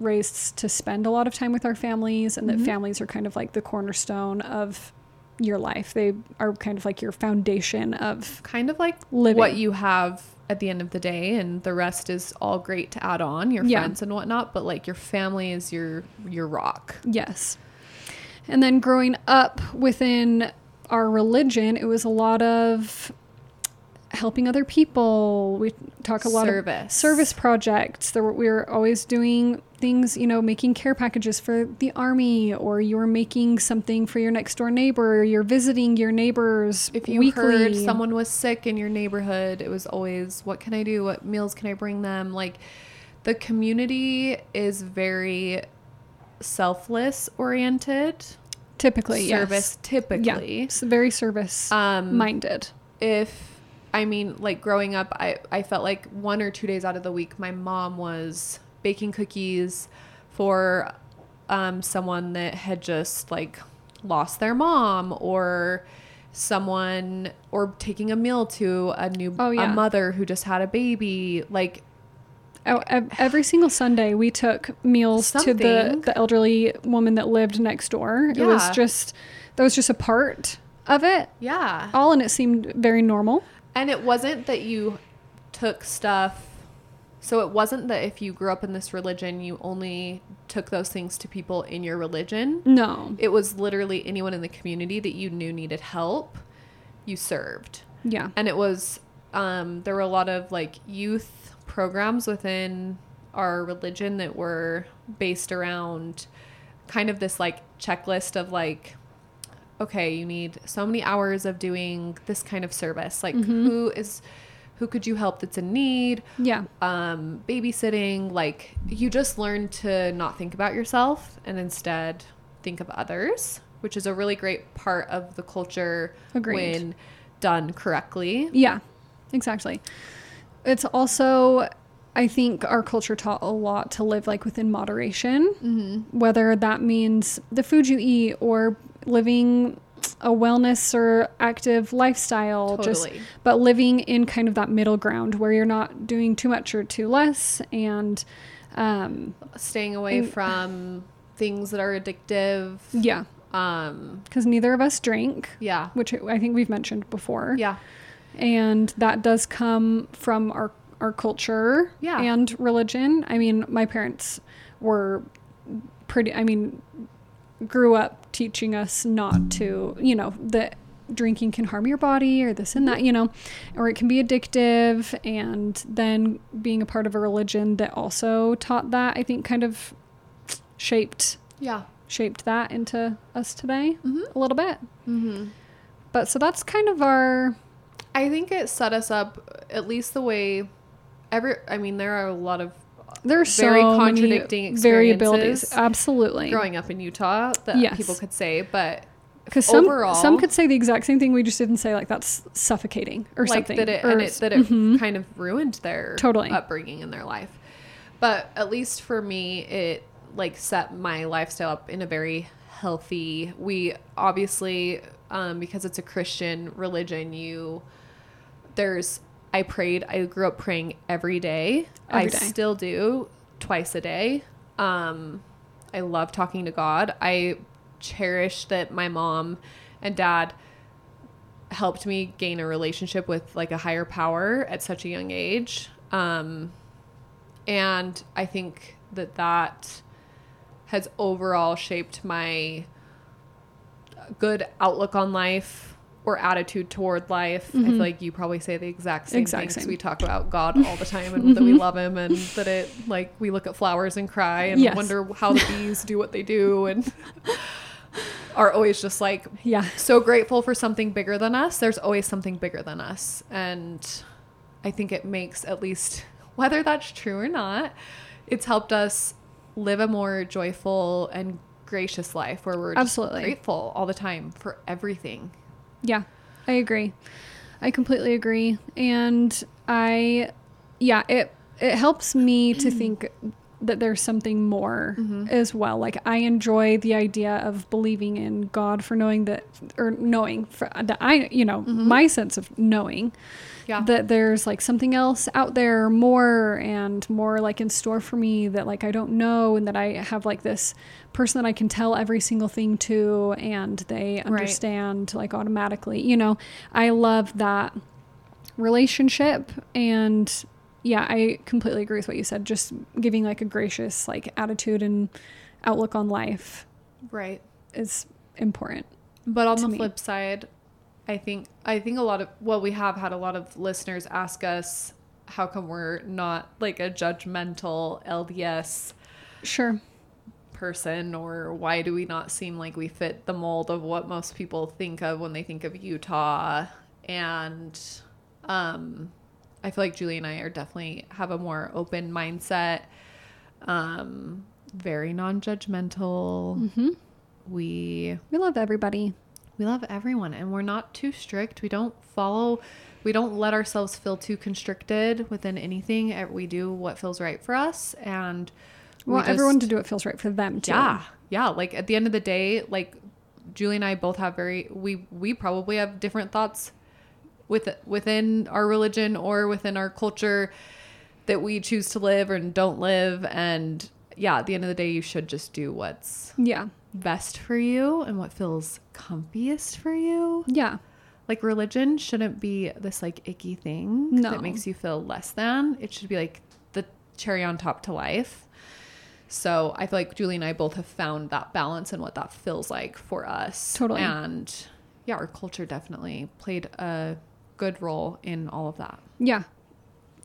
raised to spend a lot of time with our families and that families are kind of like the cornerstone of your life. They are kind of like your foundation of
kind of like
Living.
what you have at the end of the day and the rest is all great to add on, your
Yeah.
friends and whatnot, but like your family is your your rock.
Yes. And then growing up within our religion, it was a lot of helping other people. We talk a lot of
Service.
service projects. There were, we were always doing things, you know, making care packages for the army, or you were making something for your next door neighbor. You're visiting your neighbors
If you
weekly.
heard someone was sick in your neighborhood, it was always what can I do? What meals can I bring them? Like the community is very selfless oriented.
typically yes.
Service
yeah,
typically.
it's very service
Um,
minded.
if I mean, like growing up, I, I felt like one or two days out of the week, my mom was baking cookies for um, someone that had just like lost their mom or someone or taking a meal to a new
Oh, yeah.
a mother who just had a baby like
Oh, ev- every single Sunday we took meals to the,
Something.
the elderly woman that lived next door. It was
Yeah.
just that was just a part of it
yeah
all, and it seemed very normal.
And it wasn't that you took stuff So it wasn't that if you grew up in this religion, you only took those things to people in your religion.
No.
It was literally anyone in the community that you knew needed help, you served.
Yeah.
And it was, um, there were a lot of like youth programs within our religion that were based around kind of this like checklist of like, okay, you need so many hours of doing this kind of service. Like, who is, who could you help that's in need?
Yeah.
um, babysitting, like you just learn to not think about yourself and instead think of others, which is a really great part of the culture
Agreed.
when done correctly.
Yeah, exactly. It's also, I think, our culture taught a lot to live like within moderation,
Mm-hmm.
whether that means the food you eat or living a wellness or active lifestyle. Just,
Totally.
but living in kind of that middle ground where you're not doing too much or too less, and um,
Staying away from things that are addictive.
yeah,
Um,
because neither of us drink.
yeah.
Which I think we've mentioned before.
Yeah.
and that does come from our our culture
Yeah.
and religion. I mean, my parents were pretty I mean grew up teaching us not to, you know, that drinking can harm your body or this and that, you know, or it can be addictive and then being a part of a religion that also taught that, I think kind of shaped
Yeah.
shaped that into us today
Mhm.
a little bit.
Mm-hmm.
But so that's kind of our
I think it set us up, at least the way every, I mean, there are a lot of
There's
very
so
contradicting
many variabilities.
experiences
Absolutely,
growing up in Utah that
Yes.
people could say, but
because some
overall-
some could say the exact same thing. We just didn't say like that's suffocating or
like
something.
that it,
or
and it,
s-
that it
Mhm.
kind of ruined their
Totally.
upbringing in their life. But at least for me, it like set my lifestyle up in a very healthy. We obviously, um, because it's a Christian religion, you there's I prayed. I grew up praying every day. I
Every day.
still do twice a day. Um, I love talking to God. I cherish that my mom and dad helped me gain a relationship with like a higher power at such a young age. Um, and I think that that has overall shaped my good outlook on life or attitude toward life. I feel like you probably say the exact same
Mm-hmm. Exact
things.
same. Mm-hmm.
We talk about God all the time and that we love him and that it like we look at flowers and cry and
Yes.
wonder how the bees do what they do and are always just like
yeah,
so grateful for something bigger than us. There's always something bigger than us. And I think it makes at least whether that's true or not, it's helped us live a more joyful and gracious life where we're just
Absolutely.
grateful all the time for everything.
yeah. I agree. I completely agree, and I, yeah, it it helps me to
Mm.
think that there's something more
Mm-hmm.
as well. Like I enjoy the idea of believing in God for knowing that, or knowing for, that I, you know,
Mm-hmm.
my sense of knowing
Yeah.
that there's like something else out there more and more like in store for me that like I don't know and that I have like this person that I can tell every single thing to and they understand like automatically. You know, I love that relationship and yeah, I completely agree with what you said. Just giving like a gracious like attitude and outlook on life
right.
is important.
But on
to
the
me.
flip side, I think I think a lot of well, we have had a lot of listeners ask us how come we're not like a judgmental LDS
Sure.
person or why do we not seem like we fit the mold of what most people think of when they think of Utah and um I feel like Julie and I are definitely have a more open mindset um very non-judgmental we
We love everybody.
we love everyone and we're not too strict we don't follow we don't let ourselves feel too constricted within anything Uh, we do what feels right for us and
We, want
just-
everyone to do what feels right for them too.
yeah yeah like at the end of the day like julie and i both have very we we probably have different thoughts with within our religion or within our culture that we choose to live and don't live and yeah at the end of the day you should just do what's
Yeah.
best for you and what feels comfiest for you
Yeah.
like religion shouldn't be this like icky thing
No.
that makes you feel less than it should be like the cherry on top to life. So I feel like Julie and I both have found that balance and what that feels like for us.
Totally.
And yeah, our culture definitely played a good role in all of that.
Yeah,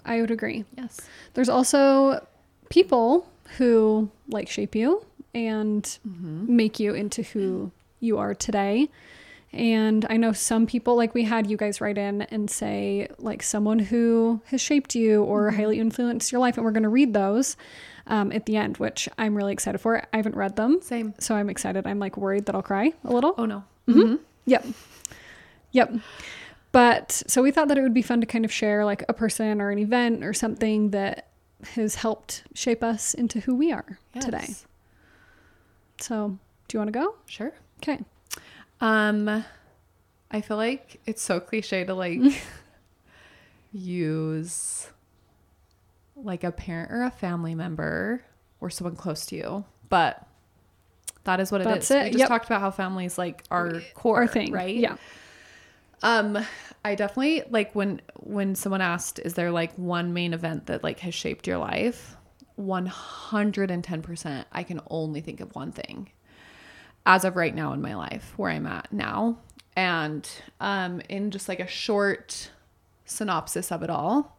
I would agree.
Yes.
There's also people who like shape you and make you into who you are today. And I know some people, like we had you guys write in and say, like, someone who has shaped you or highly influenced your life. And we're going to read those um, at the end, which I'm really excited for. I haven't read them.
Same.
So I'm excited. I'm like worried that I'll cry a little.
Oh no.
Yep. Yep. But so we thought that it would be fun to kind of share like a person or an event or something that has helped shape us into who we are today.
Yes.
So, do you want to go?
Sure.
Okay.
Um, I feel like it's so cliche to like use like a parent or a family member or someone close to you, but that is what it is.
That's it,
We just
yep.
talked about how families like our core
Our thing,
right?
Yeah.
Um, I definitely like when when someone asked, "Is there like one main event that like has shaped your life?" One hundred and ten percent. I can only think of one thing, as of right now in my life, where I'm at now, and um, in just like a short synopsis of it all.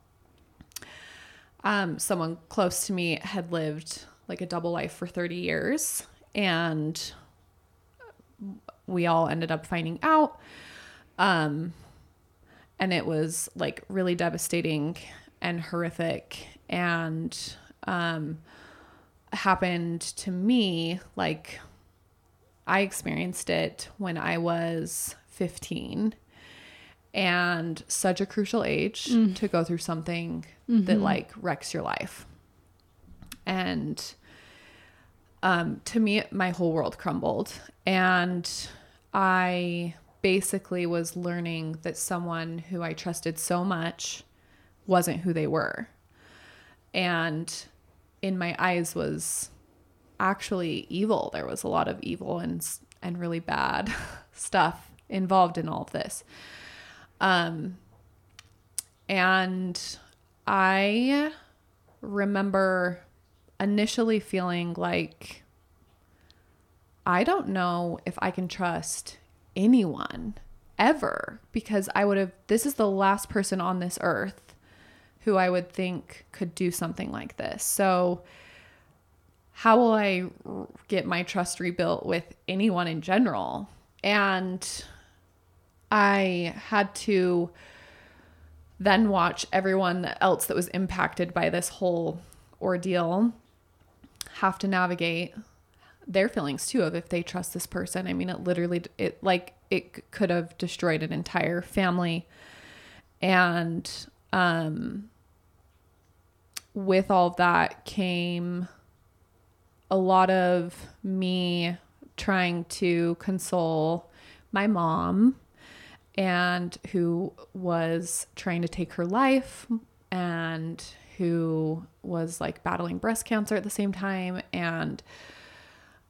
Um, someone close to me had lived like a double life for thirty years, and we all ended up finding out um and it was like really devastating and horrific and um happened to me like i experienced it when i was 15 and such a crucial age to go through something that like wrecks your life and um, to me, my whole world crumbled. And I basically was learning that someone who I trusted so much wasn't who they were. And in my eyes was actually evil. There was a lot of evil and s- and really bad stuff involved in all of this. Um and I remember initially feeling like I don't know if I can trust anyone ever because I would have, this is the last person on this earth who I would think could do something like this. So, how will I r- get my trust rebuilt with anyone in general? And I had to then watch everyone else that was impacted by this whole ordeal have to navigate their feelings too of if they trust this person. I mean, it literally it like it c- could have destroyed an entire family. And um with all of that came a lot of me trying to console my mom and who was trying to take her life and who was like battling breast cancer at the same time and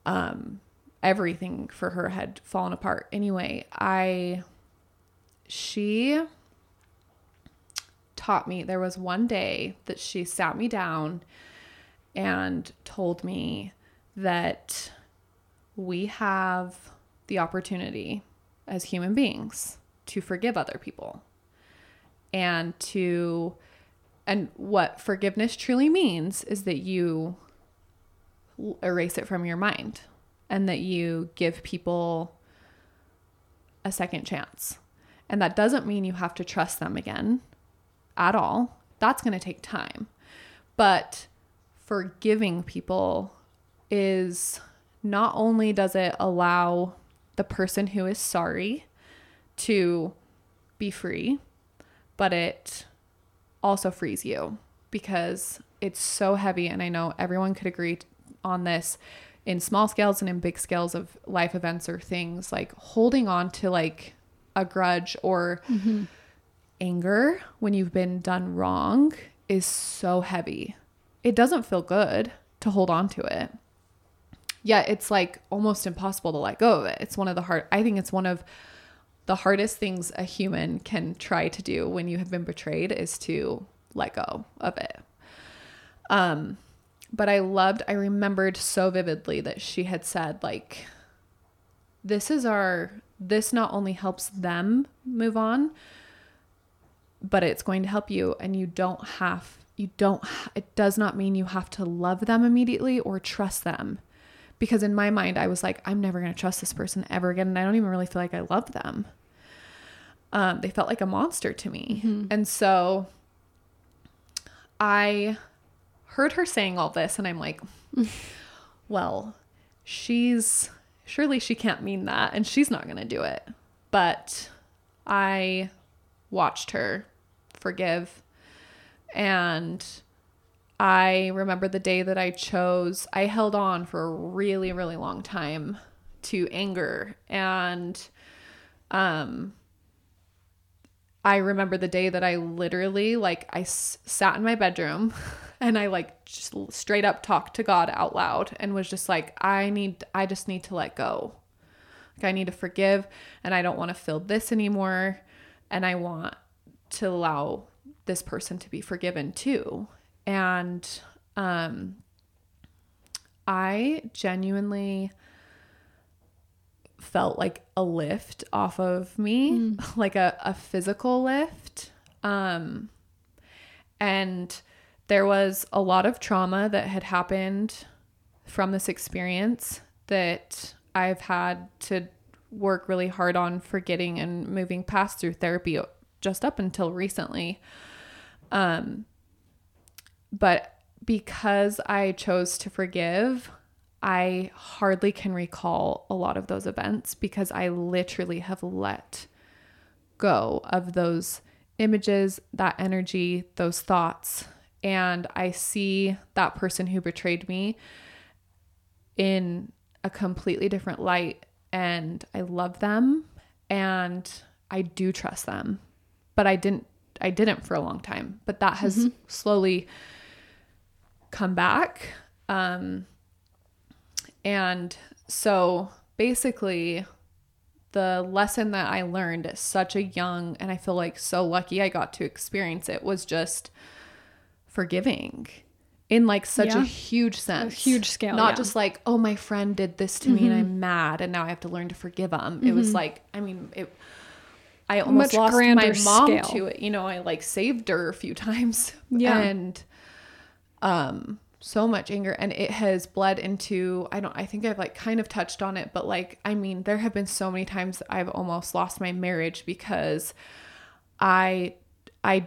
um everything for her had fallen apart anyway i she taught me there was one day that she sat me down and told me that we have the opportunity as human beings to forgive other people and to and what forgiveness truly means is that you l- erase it from your mind and that you give people a second chance and that doesn't mean you have to trust them again at all that's going to take time but forgiving people is not only does it allow the person who is sorry to be free, but it also frees you because it's so heavy. And I know everyone could agree t- on this in small scales and in big scales of life events or things like holding on to like a grudge or anger when you've been done wrong is so heavy. It doesn't feel good to hold on to it yet it's like almost impossible to let go of it. It's one of the hard I think it's one of the hardest things a human can try to do when you have been betrayed is to let go of it. Um, but I loved, I remembered so vividly that she had said, like, this is our, this not only helps them move on, but it's going to help you. And you don't have, you don't, it does not mean you have to love them immediately or trust them. Because in my mind, I was like, I'm never going to trust this person ever again. And I don't even really feel like I love them. Um, they felt like a monster to me. And so I heard her saying all this and I'm like, well, she's surely she can't mean that and she's not going to do it. But I watched her forgive and I remember the day that I chose, I held on for a really, really long time to anger and um I remember the day that I literally like I s- sat in my bedroom and I like just l- straight up talked to God out loud and was just like I need I just need to let go. Like I need to forgive and I don't want to feel this anymore and I want to allow this person to be forgiven too. And um I genuinely felt like a lift off of me, like a, a physical lift. Um, and there was a lot of trauma that had happened from this experience that I've had to work really hard on forgetting and moving past through therapy just up until recently. Um, but because I chose to forgive, I hardly can recall a lot of those events because I literally have let go of those images, that energy, those thoughts. And I see that person who betrayed me in a completely different light. And I love them and I do trust them. But I didn't I didn't for a long time. But that has slowly come back. Um and so basically, the lesson that I learned at such a young, and I feel like so lucky I got to experience it, was just forgiving in like such a
Yeah.
huge sense,
huge scale,
Not
yeah. Mm-hmm.
just like, oh, my friend did this to me and I'm mad and now I have to learn to forgive him. It was like, I mean, it. I almost
Much
lost my
grander
mom
scale.
to it. You know, I like saved her a few times.
Yeah.
And um, so much anger and it has bled into I don't I think I've like kind of touched on it but like I mean there have been so many times that I've almost lost my marriage because I I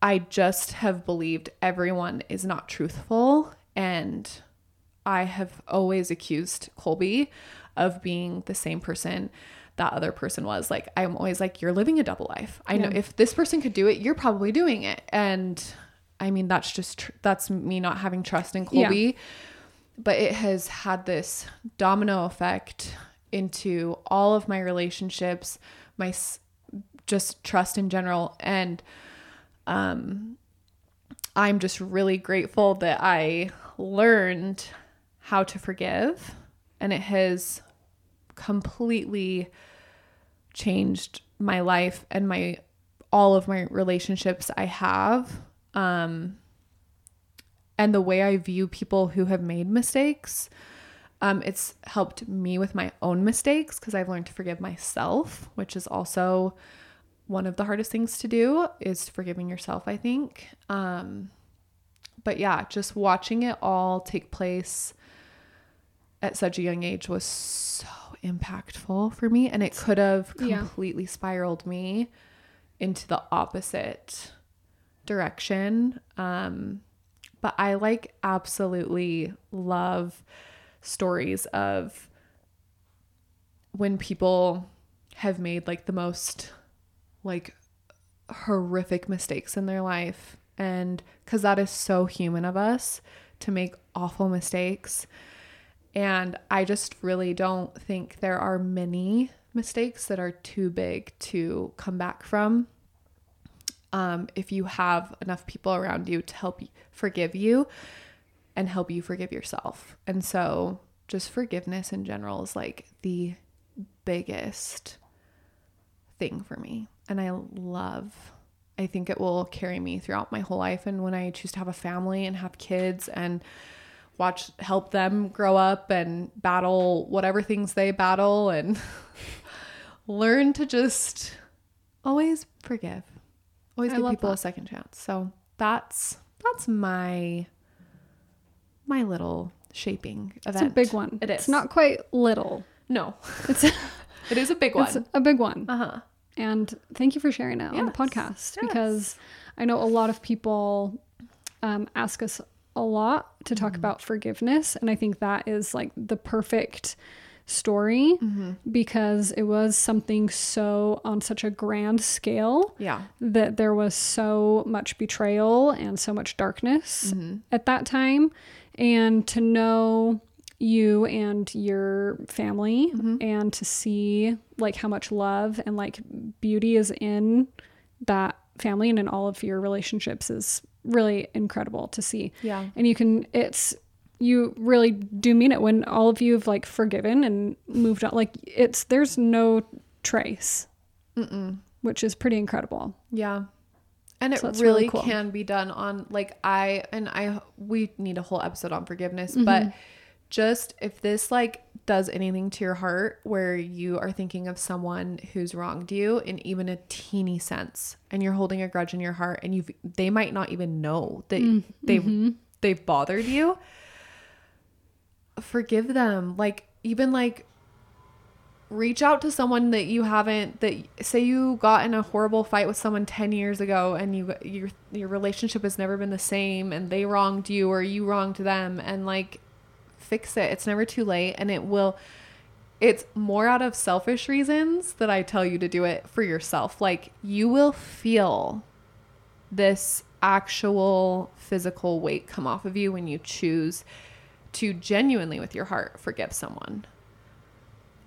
I just have believed everyone is not truthful and I have always accused Colby of being the same person that other person was like I'm always like you're living a double life. I know if this person could do it you're probably doing it and I mean that's just tr- that's me not having trust in
Yeah.
Colby but it has had this domino effect into all of my relationships, my s- just trust in general and um, I'm just really grateful that I learned how to forgive and it has completely changed my life and my all of my relationships I have um and the way I view people who have made mistakes um it's helped me with my own mistakes cuz I've learned to forgive myself which is also one of the hardest things to do is forgiving yourself I think Um, but yeah, just watching it all take place at such a young age was so impactful for me. And it could have
Yeah.
completely spiraled me into the opposite direction. Um, but I like absolutely love stories of when people have made like the most like horrific mistakes in their life and because that is so human of us to make awful mistakes and i just really don't think there are many mistakes that are too big to come back from um, if you have enough people around you to help you forgive you and help you forgive yourself and so just forgiveness in general is like the biggest thing for me and i love I think it will carry me throughout my whole life. And when I choose to have a family and have kids and watch, help them grow up and battle whatever things they battle and learn to just always forgive, always
I
give
love
people a
that.
second chance. So that's, that's my, my little shaping
It's
event.
a big one.
It
It's
is.
not quite little.
No,
It's,
it is a big
it's
one.
a uh-huh. big one.
Uh huh.
And thank you for sharing that on the
Yes,
podcast
yes.
because I know a lot of people um, ask us a lot to
Mm-hmm.
talk about forgiveness. And I think that is like the perfect story
Mm-hmm.
because it was something so on such a grand scale
Yeah.
that there was so much betrayal and so much darkness at that time. And to know you and your family and to see like how much love and like beauty is in that family and in all of your relationships is really incredible to see.
Yeah.
And you can, it's, you really do mean it when all of you have like forgiven and moved on. Like it's, there's no trace, which is pretty incredible.
Yeah. And it
So that's
really,
really cool.
can be done on like I and I we need a whole episode on forgiveness,
Mm-hmm.
but just if this like does anything to your heart where you are thinking of someone who's wronged you in even a teeny sense and you're holding a grudge in your heart and you've they might not even know that
Mm-hmm.
they've they've bothered you forgive them like even like reach out to someone that you haven't that say you got in a horrible fight with someone 10 years ago and you your your relationship has never been the same and they wronged you or you wronged them and like fix it it's never too late and it will it's more out of selfish reasons that I tell you to do it for yourself like you will feel this actual physical weight come off of you when you choose to genuinely with your heart forgive someone.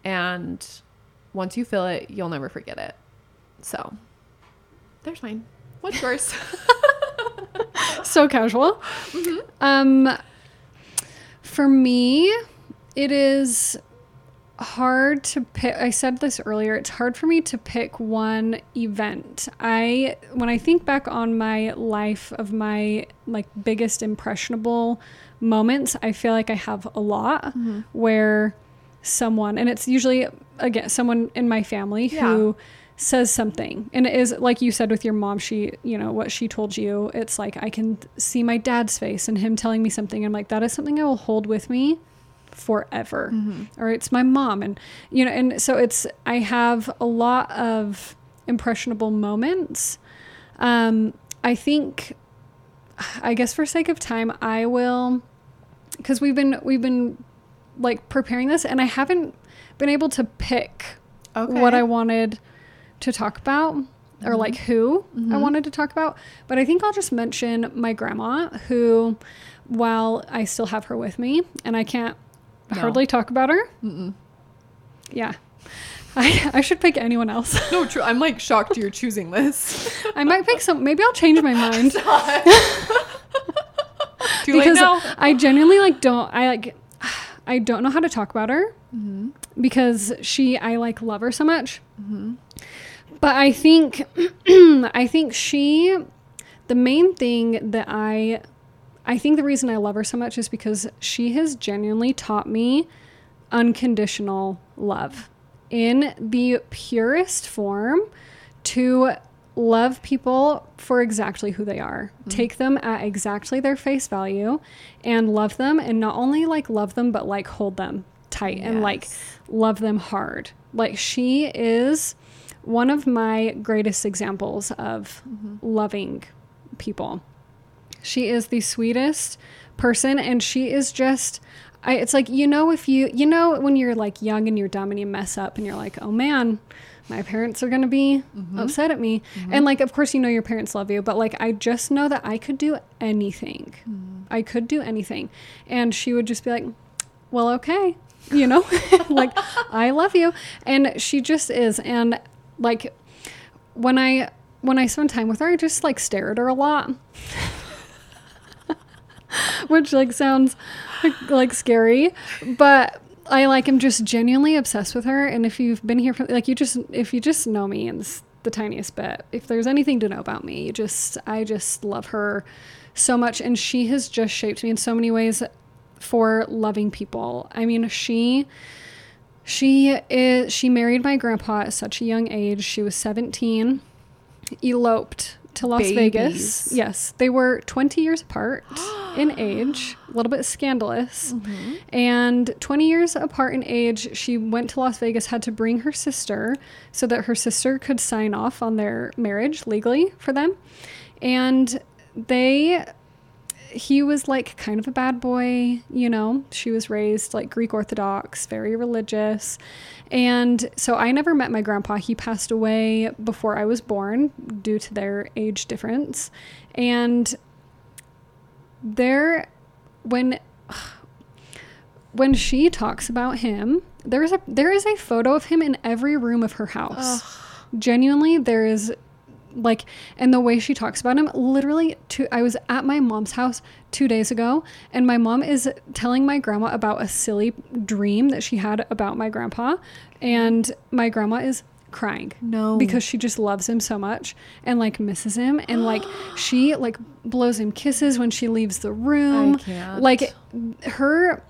And once you feel it, you'll never forget it. So there's mine. What's yours?
so casual. Um, for me, it is hard to pick. I said this earlier. It's hard for me to pick one event. I when I think back on my life of my like biggest impressionable moments, I feel like I have a lot where someone and it's usually again someone in my family who says something and it is like you said with your mom she you know what she told you it's like i can see my dad's face and him telling me something i'm like that is something i will hold with me forever or it's my mom and you know and so it's i have a lot of impressionable moments um i think i guess for sake of time i will because we've been we've been like preparing this and i haven't been able to pick what I wanted to talk about or like who I wanted to talk about. But I think I'll just mention my grandma, who, while I still have her with me and I can't
No.
hardly talk about her. Yeah. I, I should pick anyone else.
No, true. I'm like shocked you're choosing this.
I might pick some. Maybe I'll change my mind
Too late
because
now.
I genuinely like don't. I like. I don't know how to talk about her because she. I like love her so much. But I think, I think she, the main thing that I, I think the reason I love her so much is because she has genuinely taught me unconditional love in the purest form to love people for exactly who they are, take them at exactly their face value and love them. And not only like love them, but like hold them tight and like love them hard. Like she is one of my greatest examples of loving people. She is the sweetest person and she is just I, it's like you know if you you know when you're like young and you're dumb and you mess up and you're like oh man my parents are gonna be upset at me and like of course you know your parents love you but like i just know that i could do anything i could do anything and she would just be like well okay you know like i love you and she just is and like when i when i spend time with her i just like stare at her a lot which like sounds like scary, but I like am just genuinely obsessed with her. And if you've been here, for, like you just if you just know me and s- the tiniest bit. If there's anything to know about me, you just I just love her so much and she has just shaped me in so many ways for loving people. I mean, she she is she married my grandpa at such a young age. She was 17, eloped to Las Vegas.
Babies.
Yes, they were 20 years apart in age, a little bit scandalous. And 20 years apart in age, she went to Las Vegas, had to bring her sister so that her sister could sign off on their marriage legally for them. And they he was like kind of a bad boy, you know. She was raised like Greek Orthodox, very religious. And so I never met my grandpa. He passed away before I was born due to their age difference. And there when when she talks about him, there is a there is a photo of him in every room of her house. Genuinely, there is like and the way she talks about him literally two i was at my mom's house two days ago and my mom is telling my grandma about a silly dream that she had about my grandpa and my grandma is crying
No.
because she just loves him so much and like misses him and like she like blows him kisses when she leaves the room
can't.
like her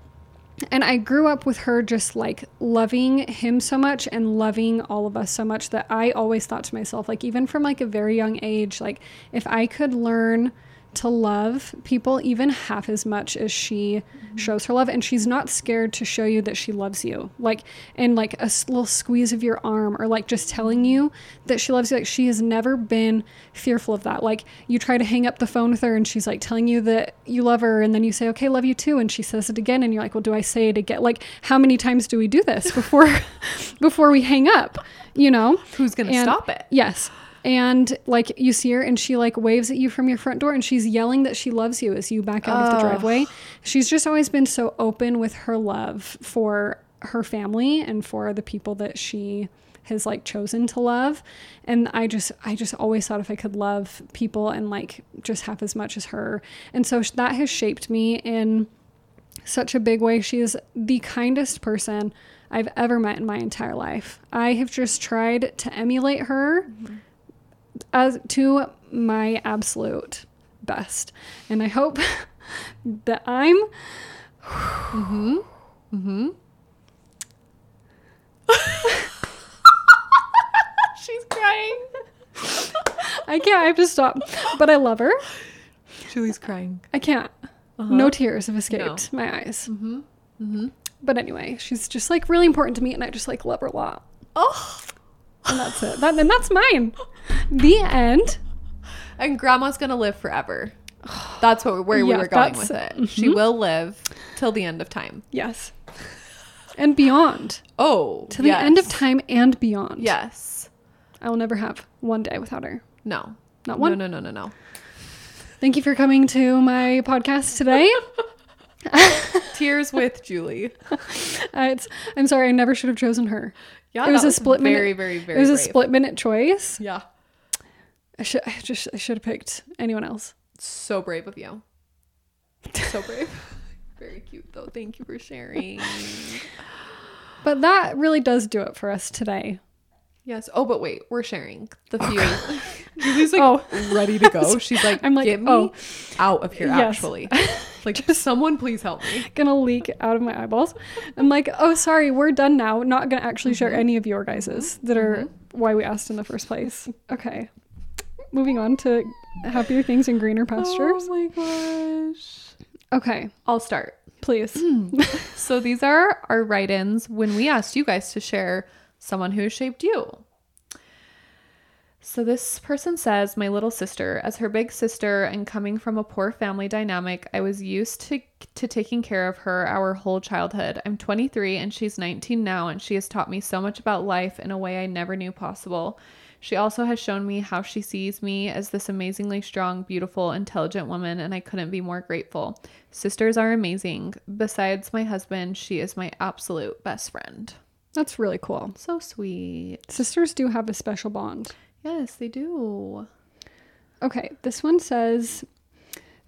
and I grew up with her just like loving him so much and loving all of us so much that I always thought to myself, like, even from like a very young age, like, if I could learn to love people even half as much as she shows her love and she's not scared to show you that she loves you like and like a s- little squeeze of your arm or like just telling you that she loves you like she has never been fearful of that like you try to hang up the phone with her and she's like telling you that you love her and then you say okay love you too and she says it again and you're like well do i say it again like how many times do we do this before before we hang up you know
Who's gonna
and-
stop it?
Yes. And like you see her and she like waves at you from your front door and she's yelling that she loves you as you back out of the driveway. She's just always been so open with her love for her family and for the people that she has like chosen to love. And I just I just always thought if I could love people and like just half as much as her. And so sh- that has shaped me in such a big way. She is the kindest person I've ever met in my entire life. I have just tried to emulate her as to my absolute best. And I hope that I'm
She's crying.
I can't I have to stop. But I love her.
Julie's crying.
I can't. No tears have escaped my eyes. Mm-hmm. Uh-huh. Mm-hmm. But anyway, she's just like really important to me and I just like love her a lot.
Oh.
And that's it. That, and that's mine. The end.
And grandma's going to live forever. That's what where we
Yeah,
were going
that's Mm-hmm.
with it.
it.
She will live till the end of time.
Yes. And beyond.
Oh,
To the end of time and beyond.
Yes.
I will never have one day without her.
No.
Not one.
No, no, no, no, no.
Thank you for coming to my podcast today.
Tears with Julie.
Uh, it's, I'm sorry, I never should have chosen her.
Yeah,
it was
that
a split minute.
Very, very, very.
it was a
brave.
split minute choice.
Yeah,
I should, I just, I should have picked anyone else.
so brave of you. So brave. very cute though. Thank you for sharing.
But that really does do it for us today.
Yes. Oh, but wait, we're sharing the few. Julie's like
Oh.
ready to go. She's like,
I'm like,
get me
oh.
out of here.
Yes.
Actually, like, someone please help me.
Gonna leak out of my eyeballs. I'm like, oh, sorry, we're done now. Not gonna actually share
Mm-hmm.
any of your guys's that are why we asked in the first place. Okay. Moving on to happier things and greener pastures.
Oh my gosh.
Okay,
I'll start.
please.
So these are our write-ins when we asked you guys to share someone who shaped you. So this person says, "My little sister, as her big sister and coming from a poor family dynamic, I was used to to taking care of her our whole childhood. I'm 23 and she's 19 now and she has taught me so much about life in a way I never knew possible. She also has shown me how she sees me as this amazingly strong, beautiful, intelligent woman, and I couldn't be more grateful. Sisters are amazing. Besides my husband, she is my absolute best friend.
That's really cool.
So sweet.
Sisters do have a special bond.
Yes, they do.
Okay, this one says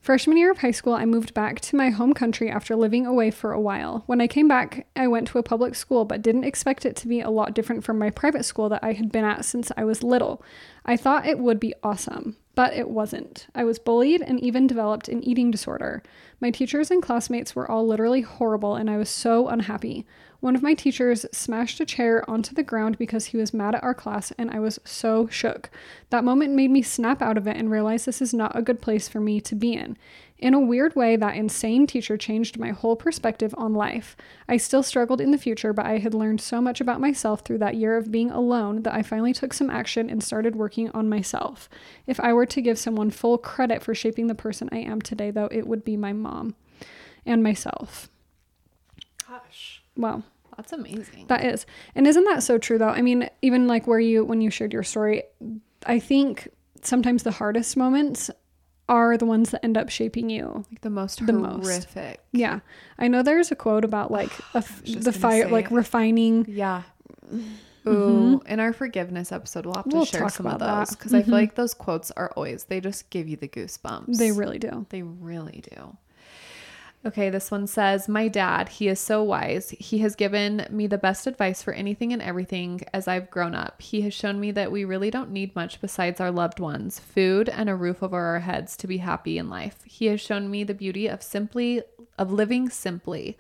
Freshman year of high school, I moved back to my home country after living away for a while. When I came back, I went to a public school, but didn't expect it to be a lot different from my private school that I had been at since I was little. I thought it would be awesome, but it wasn't. I was bullied and even developed an eating disorder. My teachers and classmates were all literally horrible, and I was so unhappy. One of my teachers smashed a chair onto the ground because he was mad at our class, and I was so shook. That moment made me snap out of it and realize this is not a good place for me to be in. In a weird way, that insane teacher changed my whole perspective on life. I still struggled in the future, but I had learned so much about myself through that year of being alone that I finally took some action and started working on myself. If I were to give someone full credit for shaping the person I am today, though, it would be my mom and myself.
Gosh,
Wow.
that's amazing.
That is. And isn't that so true though? I mean, even like where you when you shared your story, I think sometimes the hardest moments are the ones that end up shaping you.
like the most
The most.
horrific.
Yeah. I know there's a quote about like a f-
just
the
gonna
fire
say
like
it.
refining.
Yeah. Ooh, in our forgiveness episode, we'll have to
Mm-hmm. We'll
share
talk
some of
about
those
that. Mm-hmm.
because I feel like those quotes are always they just give you the goosebumps.
They really do.
They really do. Okay, this one says, My dad, he is so wise. He has given me the best advice for anything and everything as I've grown up. He has shown me that we really don't need much besides our loved ones, food, and a roof over our heads to be happy in life. He has shown me the beauty of simply, of living simply.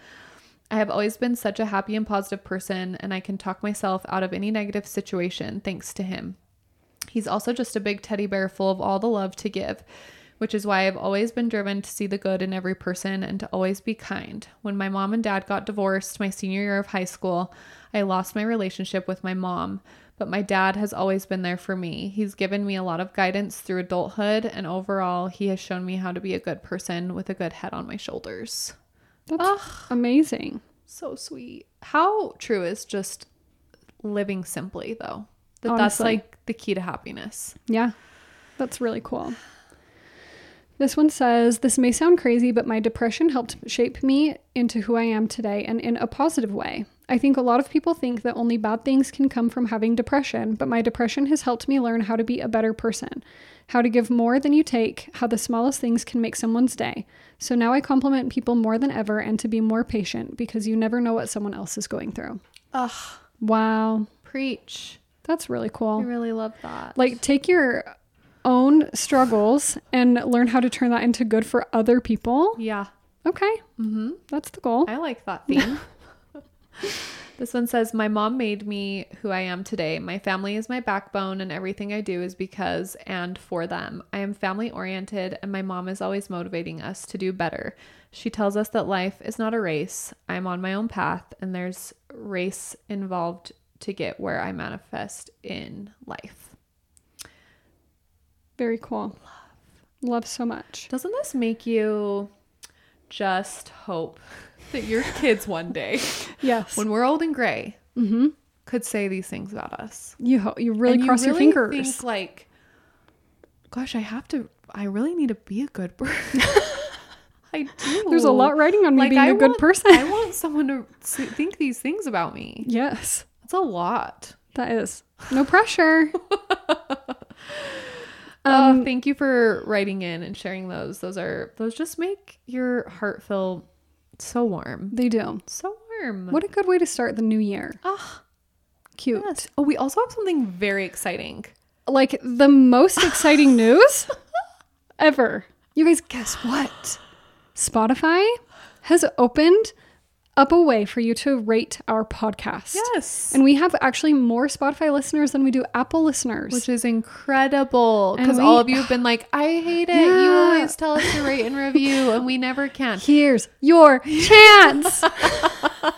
I have always been such a happy and positive person, and I can talk myself out of any negative situation thanks to him. He's also just a big teddy bear full of all the love to give, which is why I've always been driven to see the good in every person and to always be kind. When my mom and dad got divorced my senior year of high school, I lost my relationship with my mom, but my dad has always been there for me. He's given me a lot of guidance through adulthood, and overall, he has shown me how to be a good person with a good head on my shoulders.
That's
Ugh.
amazing.
So sweet. How true is just living simply, though? That that's
Honestly.
like the key to happiness.
Yeah. That's really cool. This one says, This may sound crazy, but my depression helped shape me into who I am today and in a positive way. I think a lot of people think that only bad things can come from having depression, but my depression has helped me learn how to be a better person, how to give more than you take, how the smallest things can make someone's day. So now I compliment people more than ever and to be more patient because you never know what someone else is going through.
Ugh.
Wow,
Preach.
that's really cool
I really love that.
like take your own struggles and learn how to turn that into good for other people
yeah.
okay
hmm
that's the goal
I like that theme. this one says My mom made me who I am today. My family is my backbone, and everything I do is because and for them. I am family oriented, and my mom is always motivating us to do better. She tells us that life is not a race. I'm on my own path, and there's race involved to get where I manifest in life.
very cool love so much
Doesn't this make you just hope that your kids one day,
yes
when we're old and gray,
mm-hmm.
could say these things about us?
you ho- you really
And you
cross your
really
fingers
Think like, gosh, I have to. I really need to be a good person. I do.
there's a lot writing on me being
I
a good
want-
person
I want someone to s- think these things about me.
yes
That's a lot.
that is no pressure Um,
oh, thank you for writing in and sharing those. Those are those just make your heart feel so warm.
they do
So warm.
what a good way to start the new year
Ah,
cute
yes. Oh, we also have something very exciting.
like the most exciting news ever. You guys, guess what? Spotify has opened up a way for you to rate our podcast.
Yes.
And we have actually more Spotify listeners than we do Apple listeners.
which is incredible
And
because
we-
all of you have been like, I hate it. You
Yeah.
always tell us to rate and review, and we never can.
Here's your chance.
The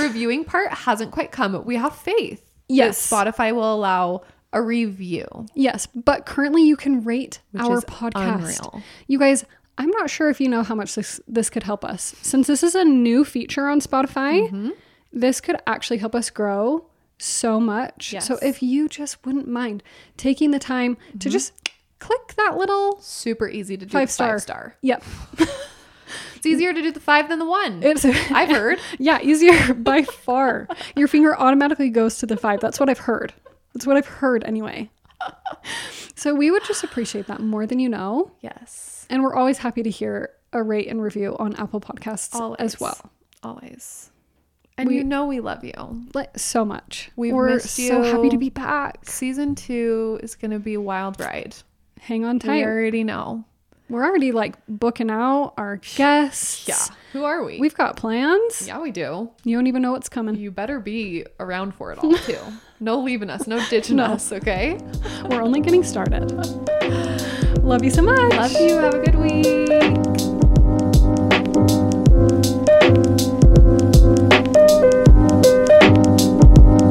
reviewing part hasn't quite come. We have faith. that
Yes.
Spotify will allow a review.
yes, but currently you can rate
Which
our
is
podcast.
unreal.
You guys, I'm not sure if you know how much this this could help us. Since this is a new feature on Spotify,
Mm-hmm.
this could actually help us grow so much. So
Yes. Mm-hmm.
if you just wouldn't mind taking the time to just click that little
Super easy to do
Five
the
star.
five star.
Yep.
It's easier to do the five than the one.
It's
I've heard.
yeah, easier by far. Your finger automatically goes to the 5. That's what I've heard. That's what I've heard anyway. So we would just appreciate that more than you know.
Yes.
And we're always happy to hear a rate and review on Apple Podcasts as
Always.
well.
Always. And
We-
you know we love you.
Like so much.
We've
we're
missed
so happy to
you.
be back.
Season two is going to be a wild ride.
Hang on tight.
We
We're,
already know.
already like booking out our guests.
Who are we?
We've got plans.
yeah, we do.
You don't even know what's coming.
You better be around for it all, too. no leaving us, no ditching us, okay?
We're only getting started. Love you so much.
Love you. Have a good week.